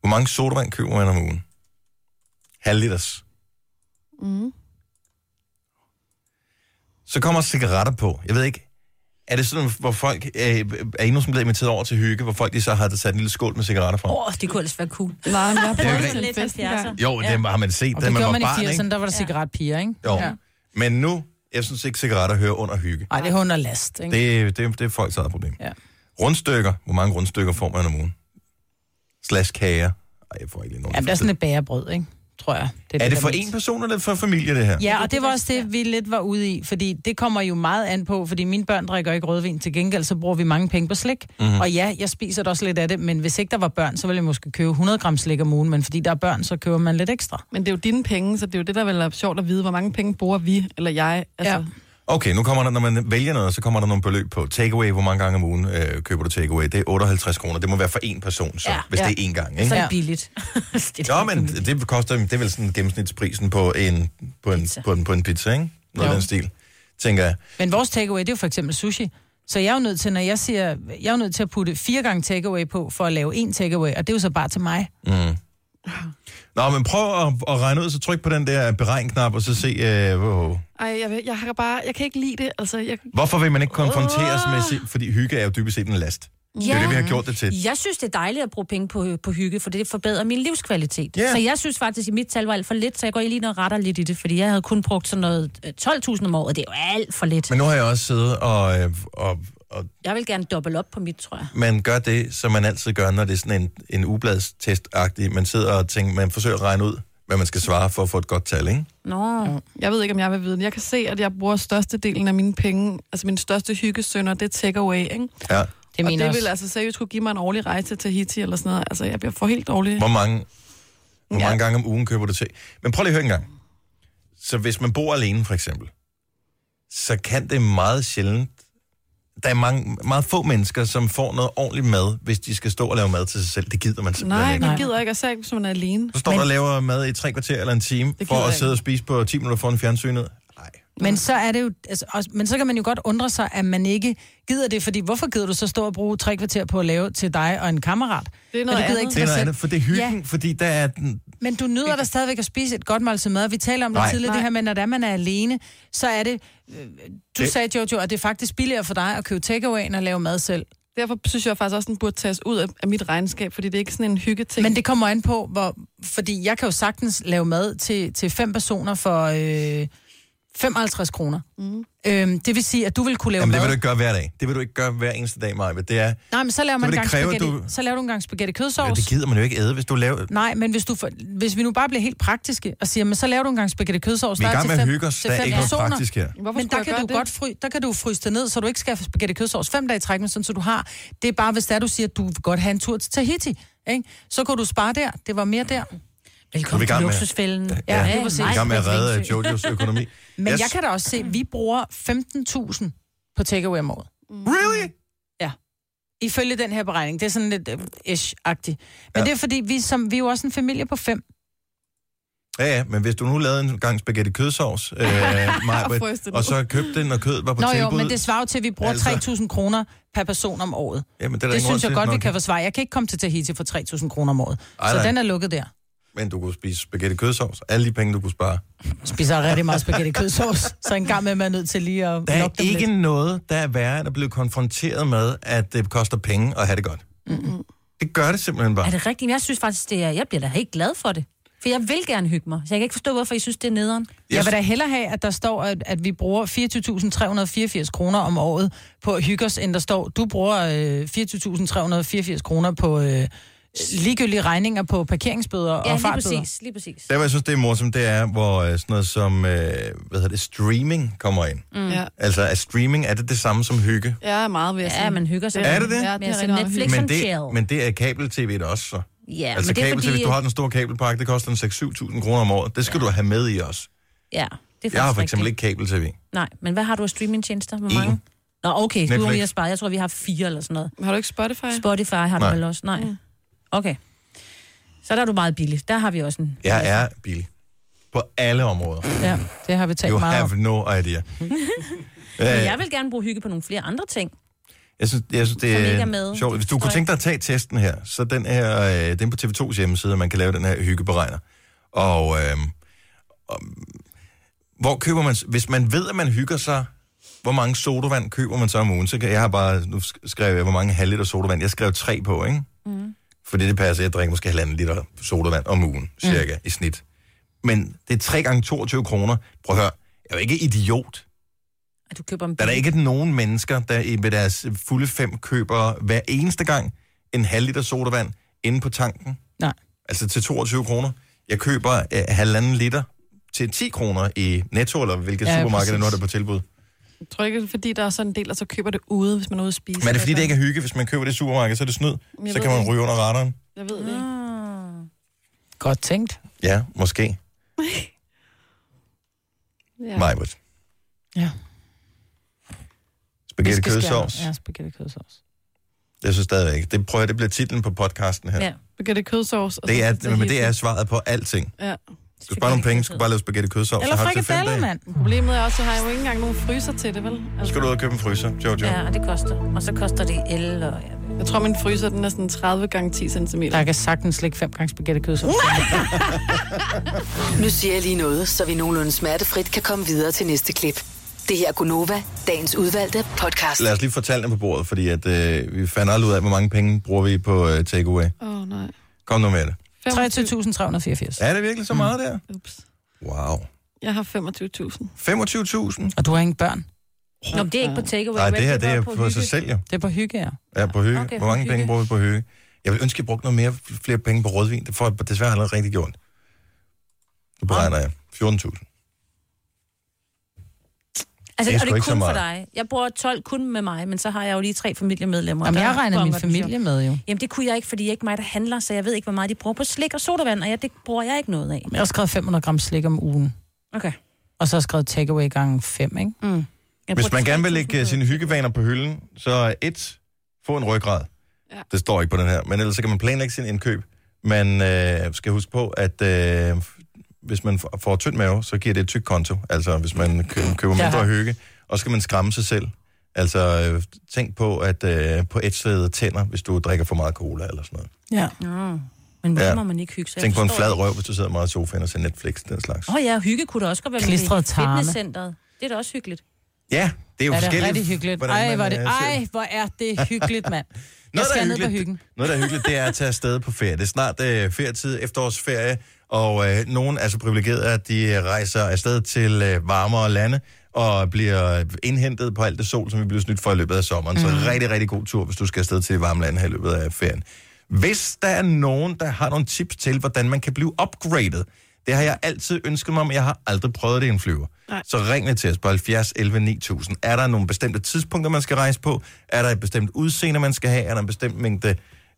Hvor mange sodavand køber man om ugen?
Mm.
Halv liters.
Mm.
Så kommer cigaretter på. Jeg ved ikke, er det sådan, hvor folk... Øh, er I nogen, som bliver inviteret over til hygge, hvor folk de så har sat en lille skål med cigaretter fra?
Åh, oh, det kunne ellers være cool.
Nej, men jeg har
er jo
prøvet
ikke
til en
rigtigt.
fest engang.
Jo, det har man set,
Og
da
det
man var
gjorde man i
barn, ikke?
80'erne, der var der cigaretpiger, ikke?
Jo. Ja. Men nu, jeg synes ikke, cigaretter hører under hygge.
Ej, det er under last, ikke?
Det, det, det er folks eget problem.
Mm. Ja.
Rundstykker. Hvor mange rundstykker får man om ugen? Slash kager. Ej, jeg får ikke lige nogen.
Jamen, der er sådan et bagerbrød, ikke? Tror jeg.
er det
Altså, der
for
mest-
én person, eller er det for familie, det her?
Ja, og det var også det, vi lidt var ude i, fordi det kommer jo meget an på, fordi mine børn drikker ikke rødvin. Til gengæld, så bruger vi mange penge på slik.
Mhm.
Mm-hmm. Og ja, jeg spiser da også lidt af det, men hvis ikke der var børn, så ville jeg måske købe 100 gram slik om ugen, men fordi der er børn, så køber man lidt ekstra.
Men det er jo dine penge, så det er jo det, der vel er sjovt at vide, hvor mange penge bruger vi eller jeg. Altså,
Ja.
Okay, nu kommer der, når man vælger noget, så kommer der nogle beløb på. Takeaway, hvor mange gange om ugen øh, køber du takeaway? Det er 58 kroner. Det må være for én person, så, ja,
Ja.
hvis
Ja.
det er én gang. Ikke?
Så er
Ja.
det
[laughs]
billigt. det
Nå, men det koster, det er vel sådan gennemsnitsprisen på en, på en,
Pizza.
på en, på en pizza, ikke? Noget af
Jo.
den stil, tænker jeg.
Men vores takeaway, det er jo for eksempel sushi. Så jeg er jo nødt til, når jeg siger, jeg er jo nødt til at putte fire gange takeaway på, for at lave en takeaway, og det er jo så bare til mig.
Nå, men prøv at, at regne ud, så tryk på den der beregnknap, og så se, øh, wow.
ej, jeg, ved- jeg, har bare, jeg kan ikke lide det. Altså, jeg,
hvorfor vil man ikke konfronteres med, si- fordi hygge er jo dybest set en last. Det er
Ja.
det, vi har gjort det til.
Jeg synes, det er dejligt at bruge penge på, på hygge, for det forbedrer min livskvalitet.
Ja.
Så jeg synes faktisk, at mit tal var alt for lidt, så jeg går lige ind og retter lidt i det, fordi jeg havde kun brugt sådan noget øh, 12.000 om året, det er jo alt for lidt.
Men
Men...
nu har jeg også siddet og, øh, og, og
Jeg vil gerne dobbelt op på mit, tror jeg.
man gør det, som man altid gør, når det er sådan en, en ubladstest-agtig. Man sidder og tænker, man forsøger at regne ud, hvad man skal svare for at få et godt tal, ikke?
Nå,
jeg ved ikke, om jeg vil vide det. Jeg kan se, at jeg bruger størstedelen af mine penge, altså min største hyggesønder, det er takeaway, ikke?
Ja.
Det
Og
mener
det
jeg
vil
også.
altså seriøst kunne give mig en årlig rejse til Tahiti eller sådan noget. Altså, jeg bliver for helt dårlig.
Hvor mange, hvor
Ja.
mange gange om ugen køber du til? Men prøv lige at høre en gang. Så hvis man bor alene, for eksempel, så kan det meget sjældent... Der er mange, meget få mennesker, som får noget ordentligt mad, hvis de skal stå og lave mad til sig selv. Det gider man simpelthen
Nej,
ikke.
man gider ikke, og særligt, hvis man er alene.
Så står men...
Men-
der og laver mad i tre kvarter eller en time,
gider
for
jeg
at
ikke.
sidde og spise på 10 minutter foran fjernsynet. Nej.
Men så er det jo, altså, også, men så kan man jo godt undre sig, at man ikke gider det, fordi hvorfor gider du så stå og bruge tre kvarter på at lave til dig og en kammerat?
Det er
Og
noget
gider
andet.
ikke til
Det
dig
er noget
selv.
andet, for det er hyggen, ja. fordi der er den,
Men du nyder da stadigvæk at spise et godt måltid mad. Vi taler om det
Nej.
tidligere,
Nej.
det her med, når det er, man er alene, så er det... Øh, du
Det-
det... sagde, Jojo, at det er faktisk billigere for dig at købe takeaway end at lave mad selv.
Derfor synes jeg faktisk også, den burde tages ud af, af mit regnskab, fordi det er ikke sådan en hyggeting.
Men det kommer an på, hvor... Fordi jeg kan jo sagtens lave mad til, til fem personer for øh, 55 kroner. Mm. Øhm, det vil sige, at du vil kunne lave
Jamen, det
mad...
vil du ikke gøre hver dag. Det vil du ikke gøre hver eneste dag, Maja. Det, er,
Nej, men så laver,
vil
man en
det
gang
kræve, at
spaghetti,
du-
du... så laver du en gang spaghetti kødsovs.
men det gider man jo ikke æde, hvis du laver...
Nej, men hvis, du for, hvis vi nu bare bliver helt praktiske og siger, men så laver du en gang spaghetti kødsovs.
Vi er
der
i gang
til
med at
fem-
hygge os.
til
Der er
fem
ikke noget
personer.
praktisk her.
Hvorfor
men
skulle
der
jeg
kan,
gøre
du
det?
godt fry, der kan du fryse det ned, så du ikke skal have spaghetti kødsovs fem dage i træk, men sådan, så du har... Det er bare, hvis det er, du siger, at du vil godt have en tur til Tahiti, ikke? så kunne du spare der. Det var mere der.
Så er vi i
velkommen
gang
til
med-
luksusfælden. Ja,
Ja,
lige præcis.
I gang med at redde
Ringsø.
Jojos
[laughs]
økonomi.
Men
yes.
jeg kan da også se, at vi bruger 15.000 på takeaway om året.
Really?
Ifølge den her beregning. Det er sådan lidt øh, ish-agtigt. Men
Ja.
ja. det er fordi, vi, som, vi er jo også en familie på fem.
Ja, ja, men hvis du nu lavede en gang spaghetti
[laughs]
kødsovs, øh, Majbrit,
frøs det nu.
og så købte den, og kødet var på
Nå
tilbud...
jo, men det svarer jo til, at vi bruger
Altså-
3.000 kroner per person om året.
Jamen, det, er der
Det
ingen
synes jeg
grund
godt,
til.
vi
Nå,
kan forsvare. Jeg kan ikke komme til Tahiti for 3.000 kroner om året.
Ej,
så
nej.
den er lukket der.
Men du kunne spise spaghetti kødsovs. Alle de penge, du kunne spare.
Spiser rigtig meget spaghetti kødsovs, så en gang med, man er nødt til lige at
Der er
lokke dem
ikke
lidt.
noget, der er værre end at blive konfronteret med, at det koster penge at have det godt. Mm-hmm. Det gør det simpelthen bare.
Er det rigtigt? Men Jeg synes faktisk, Altså, det er, jeg bliver da helt glad for det. For jeg vil gerne hygge mig, så jeg kan ikke forstå, hvorfor I synes, det er nederen.
Jeg vil da hellere have, at der står, at, at vi bruger 24.384 kroner om året på at hygge os, end der står, du bruger øh, 24.384 kroner på øh, ligegyldige regninger på parkeringsbøder
Ja,
og
lige
fartbøder.
præcis, lige præcis.
Der, hvor jeg synes, det er morsomt, det er, hvor øh, sådan noget som, øh, hvad hedder det, streaming kommer ind. Mm.
Ja.
Altså, er streaming, er det det samme som hygge?
Ja, meget vil jeg sige.
Ja, man hygger sig.
Er det det?
Ja, det
Med at
er
se
rigtig meget
Netflix.
hyggeligt.
Ikke sådan
Men det,
chill.
men det er kabel-tv da også, så.
Ja,
altså,
men det er
kabel-tv,
fordi,
hvis du har den store kabelpakke, det koster en 6-7.000 kroner om året. Det skal ja. du have med i os.
Ja, det er
Jeg har for
faktisk
eksempel
rigtigt.
ikke kabel-tv.
Nej, men hvad har du af streamingtjenester? Hvor
En.
mange? Nå, okay, Netflix. du har
Netflix.
mere sparet. Jeg tror, vi har fire eller sådan noget.
Har du ikke Spotify?
Spotify har
Nej. Mm.
du vel også? Nej. Okay. Så der er du meget billig. Der har vi også en...
Jeg er billig. På alle områder.
Ja, det har vi talt
You
meget om.
have no idea. Øh,
Men jeg vil gerne bruge hygge på nogle flere andre ting.
Jeg synes, jeg synes det
Som ikke
er,
er med.
sjovt. Hvis du
Forstår
kunne
jeg.
tænke dig at tage testen her, så den her, øh, den på TV2's hjemmeside, man kan lave den her hyggeberegner. øhm, Og, øh, og hvor køber man, hvis man ved, at man hygger sig hvor mange sodavand køber man så om ugen? Så kan jeg har bare, nu sk- skrev jeg, hvor mange halv liter sodavand. Jeg skrev tre på, ikke? Mm. Fordi det passer, jeg drikker måske halvanden liter sodavand om ugen, cirka, mm. i snit. Men det er 3 gange 22 kroner. Prøv at høre, jeg er jo ikke idiot.
At du køber en
Der er der ikke nogen mennesker, der i- med deres fulde fem køber hver eneste gang en halv liter sodavand inde på tanken.
Nej.
Altså til 22 kroner. Jeg køber øh, halvanden liter til 10 kroner i Netto, eller hvilket ja,
Ja,
supermarked det nu er, der
præcis.
er på tilbud.
Jeg tror ikke, det er, fordi der er sådan en del, der så køber det ude, hvis man er ude at spise.
Men er det fordi, det ikke er hygge? Hvis man køber det i supermarkedet, så er det snyd.
Jeg
Så
ved
kan man
det.
ryge under radaren.
Jeg ved det ikke.
Ah.
Godt tænkt.
Ja, måske.
Ja.
Ja. Majbert.
Ja.
Spaghetti
Viskeskærmer.
kødsovs. Ja.
Ja, spaghetti kødsovs.
Jeg synes stadigvæk. Det prøver jeg, det bliver titlen på podcasten her.
Ja.
Ja.
Spaghetti kødsovs. og
Det
så-
er, men det er svaret på alting.
Ja.
Du sparer nogle penge, skal bare lave spaghetti kødsovs.
Eller
så har du til fem
frikadeller,
dage.
mand.
Problemet er også, at jeg har jo ikke engang nogen fryser til det, vel?
Så
Altså,
skal du ud og købe en fryser, Jojo.
Ja, og det koster. Og så koster det el, og ja.
Jeg tror, min fryser den er sådan 30 gange 10 cm.
Der kan sagtens ligge fem gange spaghetti kødsovs.
Nu siger jeg lige noget, så vi nogenlunde smertefrit kan komme videre til næste klip. Det her er Gunova, dagens udvalgte podcast.
Lad os lige fortælle dem på bordet, fordi at, øh, vi fandt aldrig ud af, hvor mange penge bruger vi på øh, takeaway.
Åh, oh, nej.
Kom nu med det.
23.384.
Er det virkelig så meget der?
Ups.
Wow.
Jeg har 25.000.
25.000?
Og du har ingen børn.
Nå, men det er ikke på takeaway.
Nej,
vel?
det her det
bare
er
på
på sig
hygge.
selv, jo.
Det er på hygge, ja.
Ja, på høge.
Okay,
Hvor
på
mange penge
hygge.
bruger vi på høge? Jeg vil ønske, at jeg brugte noget mere, flere penge på rødvin. Det får jeg desværre allerede rigtig gjort. Nu beregner jeg. 14.000.
Altså,
Det er
og
sgu
det er
ikke så
kun for
meget.
dig. Jeg bruger 12 kun med mig, men så har jeg jo lige tre familiemedlemmer.
Jamen,
Der
jeg regner min
bonger den
familie med jo.
Jamen, det kunne jeg ikke, fordi jeg er ikke mig, der handler, så jeg ved ikke, hvor meget de bruger på slik og sodavand, og jeg, det bruger jeg ikke noget af.
Jeg har skrevet 500 gram slik om ugen.
Okay.
Og så har jeg skrevet takeaway gange 5, ikke?
Jeg
Hvis
bruger
man gerne vil
3.000
lægge øh,
på-
sine hyggevaner på hylden, så et, få en ryggrad.
Ja.
Det står ikke på den her, men ellers så kan man planlægge sin indkøb. Man øh, skal huske på, at øh, hvis man f- får tynd mave, så giver det et tyk konto. Altså, hvis man kø- køber
Ja.
mindre hygge, og så skal man skræmme sig selv. Altså, øh, tænk på, at øh, på et sted tænder, hvis du drikker for meget cola eller sådan noget.
Ja.
Nå, men hvorfor
Ja.
ja. må man ikke hygge sig?
tænk på en flad røv, hvis du sidder meget i sofaen og ser Netflix, den slags.
Åh oh, ja, hygge kunne da også godt være med i
Klistrede tarme.
fitnesscenteret. Det er da også hyggeligt.
Ja, det er jo
Er det
forskelligt.
rigtig hyggeligt?
hvordan
Ej,
man,
var det,
øh, ser
ej, hvor er det hyggeligt,
[laughs]
mand. Jeg
Noget, der
skal
er
ned på
hyggeligt,
hyggen.
noget, der er hyggeligt, det er at tage afsted på ferie. Det er snart øh, ferietid, efterårsferie, og øh, nogen er så privilegerede, at de øh, rejser afsted til øh, varmere lande og bliver indhentet på alt det sol, som vi bliver snydt for i løbet af sommeren. Mm.
Mhm.
Så rigtig, rigtig god tur, hvis du skal afsted til de varme lande her i løbet af ferien. Hvis der er nogen, der har nogle tips til, hvordan man kan blive upgraded, det har jeg altid ønsket mig, men jeg har aldrig prøvet det i en flyver. Nej. Så ring ned til os på 70 11 9000. Er der nogle bestemte tidspunkter, man skal rejse på? Er der et bestemt udseende, man skal have? Er der en bestemt mængde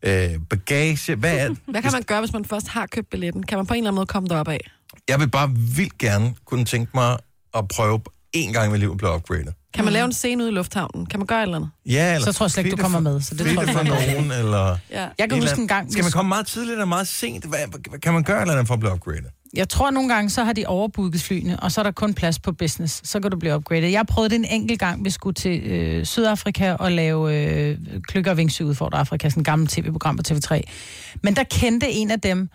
øh, bagage? Hvad er
[laughs] Hvad kan man gøre, hvis man først har købt billetten? Kan man på en eller anden måde komme derop af?
Jeg vil bare vildt gerne kunne tænke mig at prøve en gang i mit liv at blive upgradet.
Kan man lave en scene ude i lufthavnen? Kan man gøre et eller andet?
Ja, eller
Så tror jeg slet ikke, du kommer med, så det
fedt
tror jeg
for
faktisk
nogen, eller...
Ja.
Jeg kan
et eller
huske
andet.
en gang,
Skal man komme meget tidligt eller meget sent? Hvad, hvad- kan man gøre et eller andet for at blive upgradet?
jeg tror nogle gange, så har de overbooket flyene, og så er der kun plads på business. Så kan du blive upgradet. Jeg prøvede det en enkelt gang, vi skulle til øh, Sydafrika og lave øh, Klykker og Vingsø udfordrer Afrika, sådan et gammelt tv-program på TV3. Men der kendte en af dem,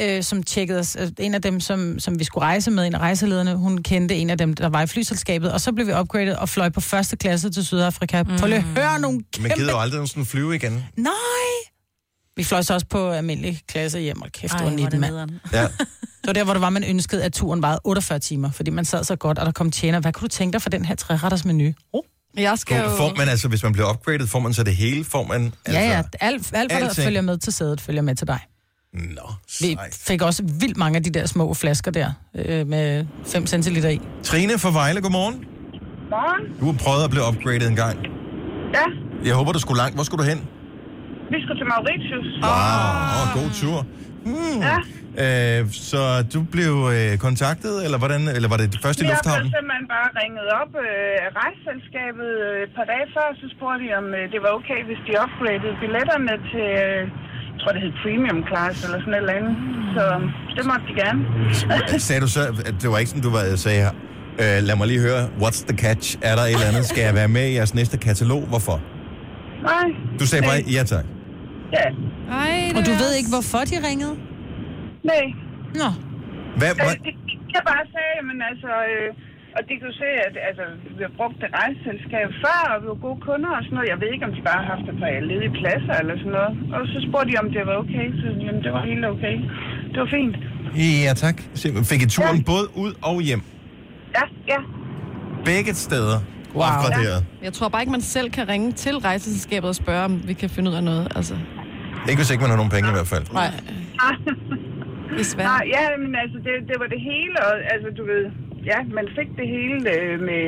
øh, som tjekkede os, øh, en af dem, som, som vi skulle rejse med, en af rejselederne, hun kendte en af dem, der var i flyselskabet, og så blev vi upgradet og fløj på første klasse til Sydafrika. Mm. Prøv lige at høre nogle
Man
kæmpe
gider jo aldrig sådan flyve igen.
Nej! Vi fløj så også på almindelig klasse hjem, og kæft, det var 19 mand.
nederen.
Ja.
Det var der, hvor det var, man ønskede, at turen varede 48 timer, fordi man sad så godt, og der kom tjener. Hvad kunne du tænke dig for den her træretters menu? Oh.
Jeg skal jo...
Får man altså, hvis man bliver upgradet, får man så det hele? Får man altså...
Ja, ja, alt, alt hvad der
alting.
følger med til sædet, følger med til dig.
Nå,
Vi
sejt.
fik også vildt mange af de der små flasker der, øh, med 5 centiliter i.
Trine fra Vejle, godmorgen.
Morgen.
Du har prøvet at blive upgradet en gang.
Ja,
Jeg håber, du skulle langt. Hvor skulle du hen?
vi skulle til Mauritius.
Wow, oh, god tur. Hmm.
Ja.
Øh, så du blev øh, kontaktet, eller hvordan? Eller var det først i
Jeg blev
lufthavnen?
simpelthen bare ringet op øh, af rejseselskabet øh, et par dage før, så spurgte de, om øh, det var okay, hvis de upgradede billetterne til, øh, jeg tror det hed premium class eller sådan et eller andet. Så det måtte de gerne.
Sagde du så, at det var ikke sådan, du var, sagde, øh, lad mig lige høre, what's the catch? Er der et eller andet? Skal jeg være med i jeres næste katalog? Hvorfor?
[laughs] Nej.
Du sagde bare,
Nej.
ja tak.
Ja.
Ej, det
Og du
er
ved
også-
ikke, hvorfor de ringede?
Nej.
Nå,
Hvad, hvad?
Altså, det- Jeg bare sagde, men altså, øh, Og det kan du se, at altså, vi har brugt det rejseselskab før, og vi var gode kunder og sådan noget. Jeg ved ikke, om de bare har haft et par ledige pladser eller sådan noget. Og så spurgte de, om det var okay. Så jamen, det var helt okay. Det var fint.
Ja, tak. Simpelthen. Fik I turen
Ja.
både ud og hjem?
Ja, ja.
Begge steder?
Wow.
Opgraderet.
Jeg tror bare ikke, man selv kan ringe til rejseselskabet og spørge, om vi kan finde ud af noget. Altså,
Ikke hvis ikke man har nogen penge i hvert fald.
Nej.
Ah,
det er svært.
Nej, ja, men altså, det, det var det hele. Og, altså, du ved, ja, man fik det hele øh, med,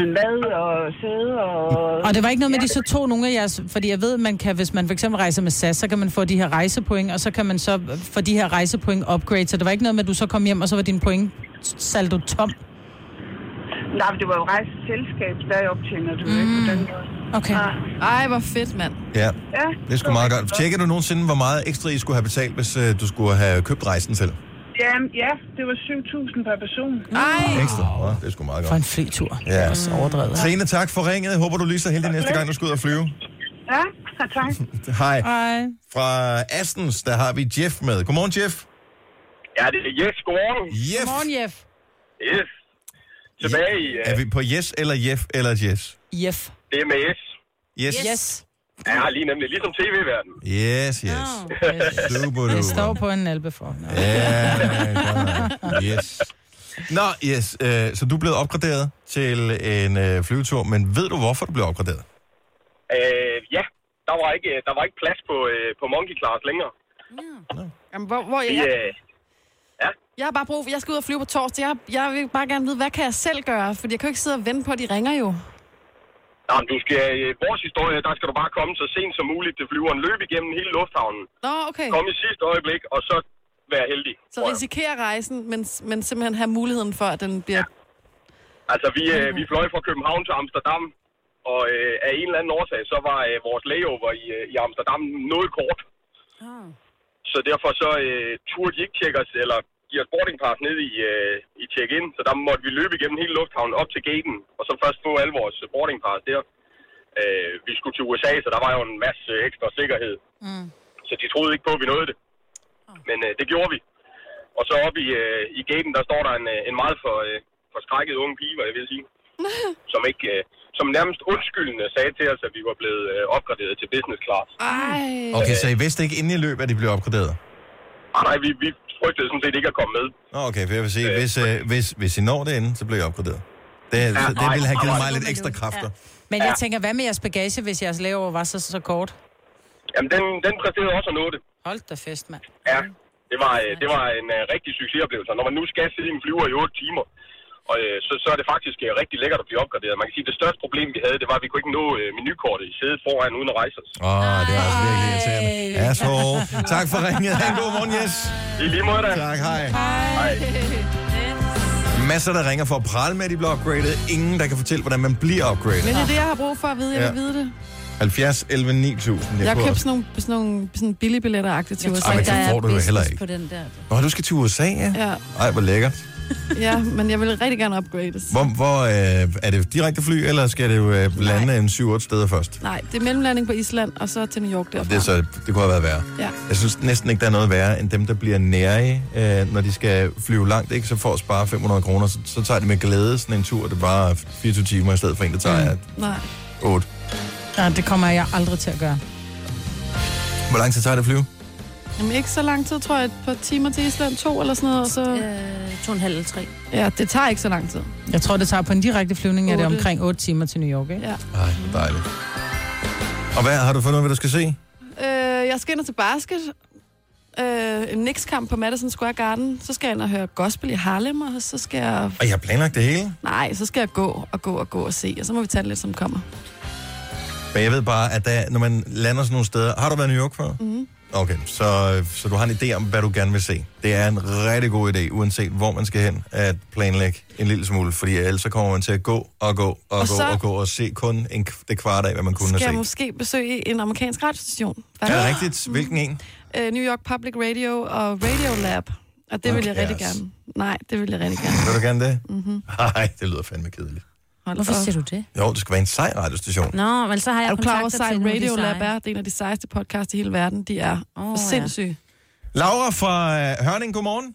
med mad og sæde og...
Og det var ikke noget med, at de så tog nogle af jeres... Fordi jeg ved, man kan, hvis man for eksempel rejser med SAS, så kan man få de her rejsepoint, og så kan man så få de her rejsepoint upgrade. Så det var ikke noget med, at du så kom hjem, og så var din point saldo tom.
Nej, men det var jo rejseselskab, der optjener du mm. ikke på den måde.
Okay.
Ah,
Ej, hvor fedt, mand.
Ja,
ja,
det er sgu meget godt. Tjekker du nogensinde, hvor meget ekstra I skulle have betalt, hvis øh, du skulle have købt rejsen selv?
Ja, ja, det var 7.000 per person.
Ej,
Ekstra? Wow. Det er sgu meget
For
godt.
en flytur.
Ja.
Det er også overdrevet.
Trine, tak for ringet. Håber, du lige så heldig næste gang, du skal ud og flyve.
Ja, ja, tak.
Hej.
Ej.
Fra Astens, der har vi Jeff med. Godmorgen, Jeff.
[laughs] Ja, det er Yes, godmorgen.
Jeff.
Godmorgen, Jeff.
Yes. Tilbage i...
Er
Uh,
vi på yes eller Jeff eller Yes?
Jeff.
det er med S.
Yes.
Yes.
Ja, lige nemlig. Ligesom tv-verdenen.
Yes, yes. Super duper.
Det står på en albe for. Nå.
Ja, godt nok. yes. Nå, yes. Øh, så du er blevet opgraderet til en øh, flyvetur, men ved du, hvorfor du blev opgraderet?
Uh, ja, der var, ikke, øh, der var ikke plads på, uh, på Monkey Class længere.
Jamen, hvor, hvor,
Vi,
jeg,
uh,
jeg har bare brug for, jeg skal ud og flyve på torsdag. Jeg, jeg vil bare gerne vide, hvad kan jeg selv gøre? Fordi jeg kan jo ikke sidde og vente på, at de ringer jo.
Nå, men du skal, øh, vores historie, der skal du bare komme så sent som muligt til flyveren. Løb igennem hele lufthavnen.
Nå, okay.
Kom i sidste øjeblik, og så være heldig.
Så
tror jeg.
risikere rejsen, men, men simpelthen have muligheden for, at den bliver...
Altså, vi, øh, vi fløj fra København til Amsterdam, og øh, af en eller anden årsag, så var øh, vores layover i, øh, i Amsterdam noget kort.
Ah.
Så derfor så øh, turde de ikke tjekke os, eller give os boarding pass ned i, øh, i check-in. Så der måtte vi løbe igennem hele lufthavnen op til gaten, og så først få alle vores boarding pass der. Øh, vi skulle til USA, så der var jo en masse ekstra sikkerhed. Mm. Så de troede ikke på, at vi nåede det. Men øh, det gjorde vi. Og så oppe i, øh, i gaten, der står der en, øh, en meget for, øh, forskrækket unge pige, hvad jeg vil sige. som, ikke, øh, som nærmest undskyldende sagde til os, at vi var blevet øh, opgraderet til business class.
Ej.
Okay, så I vidste ikke inden i løbet, at de blev opgraderet?
Ah, nej, vi, vi frygtede sådan set ikke at komme med.
Nå, okay, for jeg vil sige, hvis, øh, hvis, hvis I når det inden, så bliver I opgraderet. Det, ja, så, det ville have givet mig lidt ekstra kræfter.
Men jeg tænker, hvad med jeres bagage, hvis jeres laver var så, så kort?
Jamen, den, den præsterede også at nå det.
Hold da fest, mand.
Ja, det var, øh, det var en øh, rigtig succesoplevelse. Og Når man nu skal sidde i en flyver i 8 timer, og, øh, så, så er det faktisk øh, rigtig lækkert at blive opgraderet. Man kan sige, at det største problem, vi havde, det var, at vi kunne ikke nå øh, menukortet i sædet foran uden at rejse os.
Åh, oh, det er også virkelig irriterende. Asshole. Tak for ringet. Ha' en god morgen, Jes.
I lige måde da.
Tak, hej. Masser, der ringer for at prale med, at de bliver upgradet. Ingen, der kan fortælle, hvordan man bliver
Men
upgradet.
det er det, jeg har brug for at vide. Jeg
Ja.
vil vide det.
70, 11, 9000. Det
Jeg
kunne
har købt
også-
sådan nogle, sådan nogle sådan billige billetter agtigt til USA.
Ej, men så får du jo heller
business
ikke.
på den der.
Nå, du skal til USA, ja?
Ja,
Ej, hvor lækkert.
ja, men jeg vil rigtig gerne upgrades.
Hvor, hvor øh, er det direkte fly, eller skal det jo øh, lande en 7-8 steder først?
Nej, det er mellemlanding på Island, og så til New York derfra.
Det, er så, det kunne have været værre.
Ja.
Jeg synes næsten ikke, der er noget værre end dem, der bliver nære, øh, når de skal flyve langt, ikke? så for at spare 500 kroner, så, så tager de med glæde sådan en tur, det bare 24 timer i stedet for en, der tager mm.
Nej.
8.
Ja, det kommer jeg aldrig til at gøre.
Hvor lang tid tager det at flyve?
Jamen, ikke så lang tid, tror jeg. Et par timer til Island, to eller sådan noget. Og så...
Øh, to og en halv eller tre.
Ja, det tager ikke så lang tid.
Jeg tror, det tager på en direkte flyvning, at det er
Otte.
omkring 8 timer til New York, ikke?
Ja.
Ej, hvor dejligt. Og hvad har du fundet ud af, hvad du skal se?
Øh, jeg skal ind og til basket. Øh, en Knicks-kamp på Madison Square Garden. Så skal jeg ind og høre gospel i Harlem, og så skal jeg...
Og jeg har planlagt det hele,
Nej, så skal jeg gå og gå og gå og se, og så må vi tage det lidt, som kommer.
men jeg ved bare, at der, når man lander sådan nogle steder... Har du været i New York før? Mm. Okay, så, så du har en idé om, hvad du gerne vil se. Det er en rigtig god idé, uanset hvor man skal hen, at planlægge en lille smule, fordi ellers så kommer man til at gå og gå og,
Og
gå
så-
og gå og se kun en, k- det kvart af, hvad man kunne
skal
have
jeg
set.
måske besøge en amerikansk radiostation.
Er det
Faktisk.
rigtigt? Hvilken en?
Øh, New York Public Radio og Radio Lab. Og det vil jeg
Okay,
rigtig
yes.
gerne. Nej, det vil jeg rigtig gerne.
Vil du gerne det? [laughs] Mm-hmm. Nej, det lyder fandme kedeligt.
Hold
Hvorfor
op.
siger du det?
Jo, det skal være en sej radiostation.
Nå, men så har jeg
Er du klar over,
kontakter til
sejt
nogle af de
Radio Lab
seje.
er? Det er en af de sejeste podcasts i hele verden. De er
Åh,
oh, sindssyge.
Laura fra øh, Hørning, godmorgen.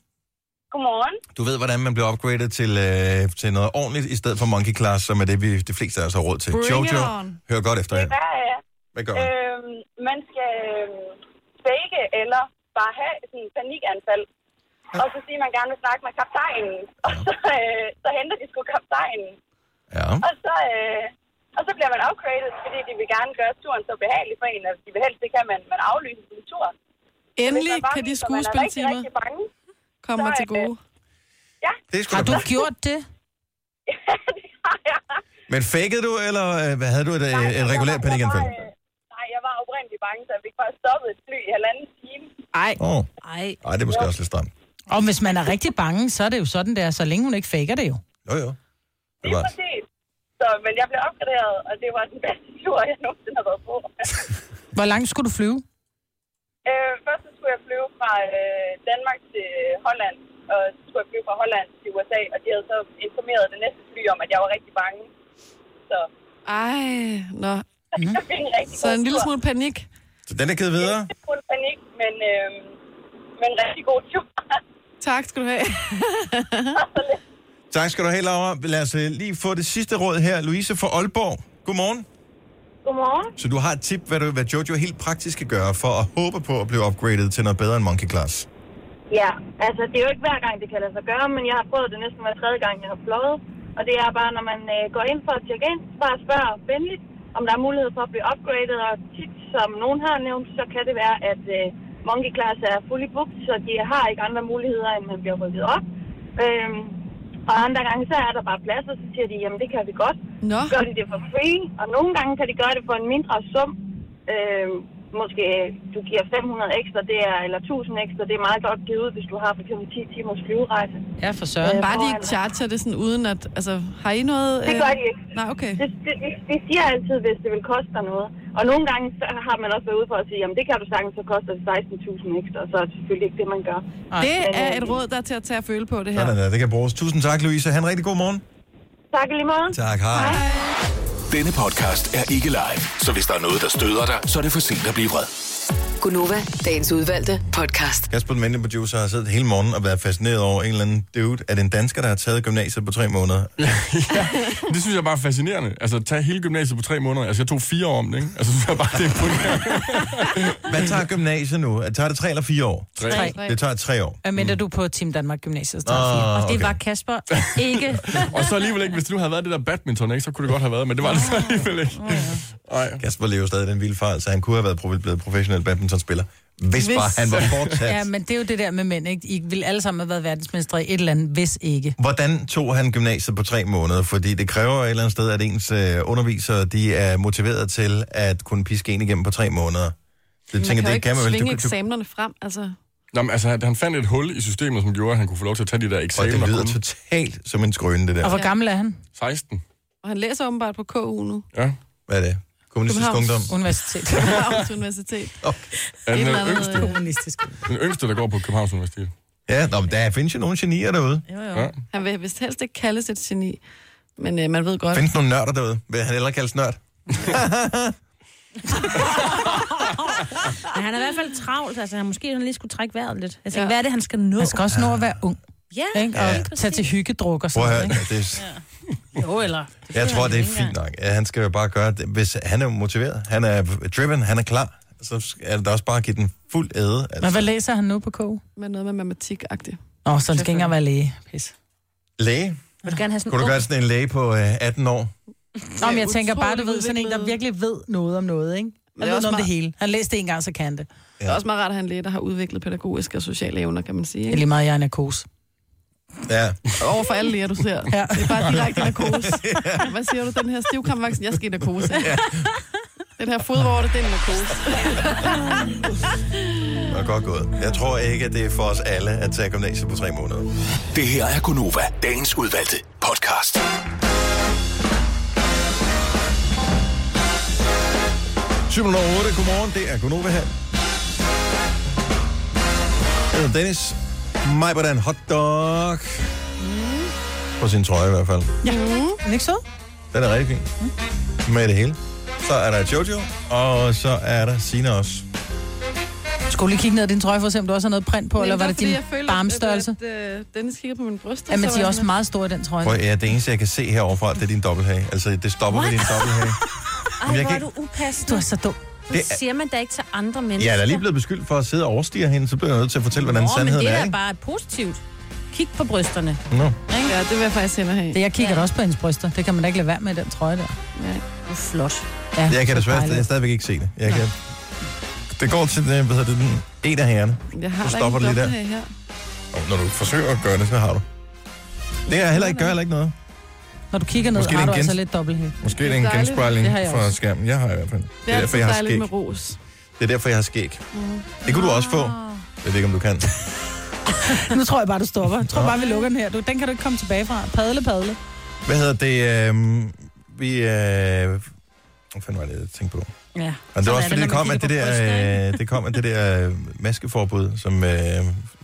Godmorgen.
Du ved, hvordan man bliver upgradet til, øh, til noget ordentligt, i stedet for monkey class, som er det, vi de fleste af os har råd til.
Bring it
Jojo,
on.
hør godt efter her.
Det øh, gør jeg.
Hvad gør man?
Øhm, man skal øhm, fake eller bare have sådan en panikanfald. Og så sige, at man gerne vil snakke med kaptajnen. Og så, øh, så henter de sgu kaptajnen.
Ja.
Og så, øh, og så bliver man upgraded, fordi de vil gerne gøre turen så behagelig for en, og de vil helst ikke have, at man, man aflyser sin tur. Så
Endelig
hvis man bare
kan de
viser, at man er rigtig,
skuespiltimer
rigtig bange, [laughs]
Kom mig
så,
til gode.
Det er sgu
Har
da
du
godt.
gjort det?
Men fakede du, eller øh, hvad havde du et, øh, et regulært panikanfald?
øh, Nej, jeg var oprindeligt bange, så jeg fik bare stoppet et fly i halvanden time.
Ej.
Åh,
Ej.
oh. det er måske også lidt stramt.
Og hvis man er rigtig bange, så er det jo sådan der, så længe hun ikke faker det jo.
Jo, jo.
Lige præcis. Så, men jeg blev opgraderet, og det var den bedste tur, jeg nogensinde har været på.
Hvor langt skulle du flyve?
øh, først så skulle jeg flyve fra øh, Danmark til Holland, og så skulle jeg flyve fra Holland til USA, og de havde så informeret det næste fly om, at jeg var rigtig bange. Så
Ej, nå.
jeg fik en rigtig
Så
god
en lille
tur.
smule panik.
Så den er givet videre?
Ikke kun panik, men, øh, men rigtig god tur.
Tak skal du have.
Tak skal du have, Laura. Lad os øh, lige få det sidste råd her. Louise fra Aalborg. Godmorgen.
Godmorgen.
Så du har et tip, hvad, du, hvad Jojo helt praktisk kan gøre for at håbe på at blive upgradet til noget bedre end monkey class.
Ja, altså det er jo ikke hver gang, det kan lade sig gøre, men jeg har prøvet det næsten hver tredje gang, jeg har fløjet. Og det er bare, når man øh, går ind for at tjekke ind, bare spørger venligt, om der er mulighed for at blive upgradet. Og tit, som nogen har nævnt, så kan det være, [laughs] at øh, Monkey Class er fully booked, så de har ikke andre muligheder, end man bliver rykket op. Øhm, og andre gange, så er der bare plads, og så siger de, jamen det kan vi godt.
Nå.
Gør de det for free, og nogle gange kan de gøre det for en mindre sum. Øhm, måske du giver 500 ekstra, det er, eller 1000 ekstra, det er meget godt givet ud, hvis du har for eksempel 10 timers flyverejse.
Ja, for søren.
Bare de ikke charger det sådan uden at... Altså, har I noget...
Det
øh,
gør de ikke.
Nej, okay.
Det, det, de, de siger altid, hvis det vil koste dig noget. Og nogle gange så har man også været ude for at sige, jamen det kan du sagtens, så koster det 16.000 ekstra, så er det selvfølgelig ikke det, man gør.
Det er et råd, der er til at tage at føle på det her.
Sådan der, det kan bruges. Tusind tak, Louise. Han en rigtig god morgen.
Tak i lige måde.
Tak, hej.
Denne podcast er ikke live, så hvis der er noget, der støder dig, så er det for sent at blive vred.
Gunova, dagens udvalgte podcast.
Kasper, den mandlige producer, har siddet hele morgenen og været fascineret over en eller anden dude. Er det en dansker, der har taget gymnasiet på tre
[laughs]
måneder?
Det synes jeg bare er fascinerende. Altså, at tage hele gymnasiet på tre måneder. Altså, jeg tog fire år om det, ikke? Altså, synes jeg bare, det er imponerende.
[laughs] Hvad tager gymnasiet nu? Tager det tre eller fire år?
Tre.
Tre.
Det tager tre år.
Hvad mindre du på Team Danmark Gymnasiet?
Ah,
Ah, og det
okay.
var Kasper ikke.
Og så alligevel ikke, hvis det nu havde været det der badminton, ikke? Så kunne det godt have været, men det var det så alligevel ikke. Nej.
Kasper lever stadig den vilde fejl, så han kunne have været pro- blevet professionel badmintonspiller. Hvis, hvis bare han var fortsat.
Ja, men det er jo det der med mænd, ikke? I ville alle sammen have været verdensmestre i et eller andet, hvis ikke.
Hvordan tog han gymnasiet på tre måneder? Fordi det kræver et eller andet sted, at ens øh, undervisere de er motiveret til at kunne piske en igennem på tre måneder. Det tænker,
man
det
kan
kan
jo
man
ikke
vel. Du,
svinge
kan- du,
eksamenerne frem, altså.
Nå, men altså, han fandt et hul i systemet, som gjorde, at han kunne få lov til at tage de der
og
eksamener.
det lyder
kun.
totalt som en skrøne, det der.
Og hvor gammel er han?
16.
Og han læser åbenbart på KU nu.
Ja.
Hvad er det? Kommunistisk ungdom?
Universitet.
Københavns Universitet.
Er
Et
den,
eller
øh,
andet,
yngste,
øh,
Kommunistisk.
den yngste, der går på Københavns Universitet.
Ja, nå, men der findes jo nogle genier derude.
Jo,
Ja.
jo.
Han vil vist helst ikke kaldes et geni. Men øh, man ved godt.
Findes nogle nørder derude? Vil han hellere kaldes nørd?
Men han er i hvert fald travlt, altså han måske han lige skulle trække vejret lidt. Jeg tænkte,
Ja.
ja. hvad er det, han skal nå?
Han skal også nå at være ung,
Ja,
ikke? Og tage til hyggedruk og
Prøv
sådan
at
noget,
høre,
ikke?
det er,
Jo, eller...
jeg tror, det er fint nok. Ja, Han skal jo bare gøre det. Hvis han er motiveret, han er driven, han er klar, så er det da også bare at give den fuld æde.
Men hvad
Altså,
læser han nu på KU?
Med noget med matematik-agtigt.
Åh, så han skal ikke engang være læge. Pis.
læge?
Vil du gerne have sådan
Kunne du
ung-
gøre sådan en læge på øh, 18 år?
Nå, men jeg tænker bare, du
utroligt
ved, sådan en, der
udviklet.
virkelig ved noget om noget, ikke? Han
det er
ved noget
også
om det
meget-
hele. Han læste det en gang, så kan han det. Det
Det er også meget rart, at han læge, der har udviklet pædagogiske og sociale evner, kan man sige.
er
Ikke?
lige meget, jeg er narkose.
Ja.
Over for alle læger, du ser.
Ja. [laughs]
Det er
[laughs]
bare direkte narkose. Hvad siger du? Den her stivkramvaksen, jeg skal i narkose. Den her fodvorte, det er en narkose.
Og godt gået. Jeg tror ikke, at det er for os alle at tage gymnasiet på tre måneder.
Det her er Gunova, dagens udvalgte podcast.
Syvende over 8. Godmorgen. Det er Gunova her. Jeg hedder Dennis. Mig på den hotdog. På sin trøje i hvert fald.
Ja. Men ikke så?
Den er rigtig fin. Med det hele. Så er der Jojo, og så er der Sina også.
skulle lige kigge ned ad din trøje for at se, om du også har noget print på,
Men
eller var
var
det
fordi,
din
jeg føler, at-
barmstørrelse?
At, at, øh, Dennis kigger på min bryst.
Ja, men
så
de
var
er
jeg
også
sådan
meget store, den trøje.
Prøv, at- ja, det eneste, jeg kan se heroverfra, det er din dobbelthage. Altså, det stopper What? ved din dobbelthage.
Ej,
Jamen, jeg
hvor er
kan
du upassende.
Du er så dum.
Det
Det er-
siger man da ikke til andre mennesker.
Jeg er da lige blevet beskyldt for at sidde og overstige hende, så bliver jeg nødt til at fortælle, hvordan
Nå, men
sandheden
det
er,
er da
ikke?
bare positivt. Kig på brysterne.
Nå.
Ikke?
Ja, det vil jeg faktisk hellere have.
Det, jeg kigger ja. også på hendes bryster. Det kan man da ikke lade være med, den trøje der.
Ja.
Du er flot.
Ja,
Jeg kan
så
desværre
dejligt.
stadig, stadigvæk ikke se det. Jeg kan... Det går til øh, hvad hedder det, den en af herrerne.
Jeg har
Du
da
stopper
ikke
det lige der.
dobbelthage her.
Og når du forsøger at gøre det, så har du. Det er heller ikke, gør heller ikke noget.
Når du kigger ned,
Måske det er
har
en
du altså
gens-
lidt dobbelthæng.
Måske det er en
dejligt.
genspejling
Det har jeg
fra
også.
skærmen. Jeg har i hvert fald.
Det er
derfor, jeg
altid
har
dejligt
skæg.
med ros.
Det er derfor, jeg har skæg. Det kunne du også få. Jeg ved ikke, om du kan.
[laughs] nu tror jeg bare, du stopper. Jeg tror bare, vi lukker den her. Du, den kan du ikke komme tilbage fra. Padle, padle.
Hvad hedder det? øhm, vi... Øh, hvad fanden var det, jeg tænkte på?
Ja.
Og det var
Sådan
også
er
fordi, det
når man
kom, af
kigger
det,
på bryster, ikke?
der, øh, det kom af det der øh, maskeforbud, som, øh,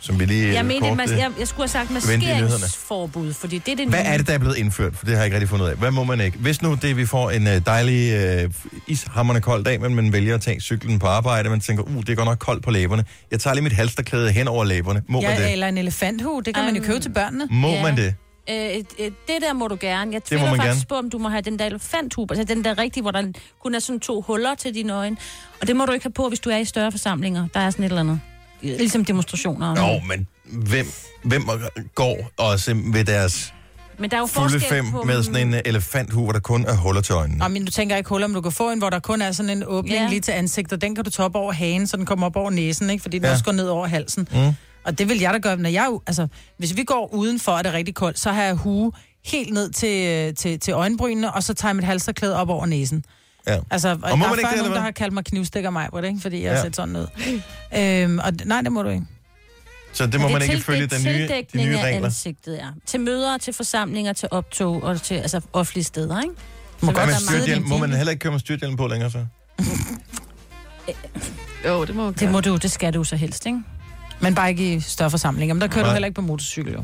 som vi lige...
Jeg,
øh,
mente,
kort,
at mas-
øh,
jeg, jeg skulle have sagt
vente i nyhederne.
maskeringsforbud, fordi det er det
Hvad
nye.
er det, der er blevet indført? For det har jeg ikke rigtig fundet ud af. Hvad må man ikke? Hvis nu det, vi får en øh, dejlig øh, ishammerne kold dag, men man vælger at tage cyklen på arbejde, man tænker, uh, det er godt nok koldt på læberne. Jeg tager lige mit halsterklæde hen over læberne. Må man
Ja,
det?
eller en elefanthue. Det kan man jo købe til børnene.
Må man det?
Øh, øh, det der må du gerne. Jeg
Det må
tvivler
man
faktisk
gerne.
på, om du må have den der elefanthub, altså den der rigtige, hvor der kun er sådan to huller til dine øjne. Og det må du ikke have på, hvis du er i større forsamlinger. Der er sådan et eller andet. Ligesom demonstrationer. og
Jo,
noget.
men hvem, hvem går også med deres
Men der er jo
fulde
forskel
fem
på...
med sådan en øh, elefanthue, hvor der kun er huller til øjnene?
Nå, men du tænker ikke huller, om du kan få en, hvor der kun er sådan en åbning
Ja.
ja. lige til ansigtet. Den kan du toppe over hagen, så den kommer op over næsen, ikke? fordi den
Ja.
ja. også går ned over halsen.
Mm.
Og det vil jeg da gøre, når jeg... jo- Altså, hvis vi går udenfor, og det er rigtig koldt, så har jeg hue helt ned til, til, til øjenbrynene, og så tager jeg mit halsterklæde op over næsen.
Ja.
Altså, og
må
der
man
er
ikke det,
før
eller
nogen,
hvad?
der har kaldt mig knivstikker mig, ikke? fordi jeg
Ja.
har set sådan ud. øhm, og, nej, det må du ikke.
Så det
Ja,
må
er
man ikke
tildæk-
følge den nye, de
tildækning
nye
af
regler.
ansigtet, ja. Til møder, til forsamlinger, til optog og til altså, offentlige steder, ikke? Så
Må,
godt
man
være meget
styrthjelm, må man
venlig.
heller ikke køre med styrthjelm på længere så?
Jo, det må man
Det må du, det skal du så helst, ikke?
Men bare ikke i større forsamlinger. Men der kører
Nej.
du heller ikke på motorcykel, jo.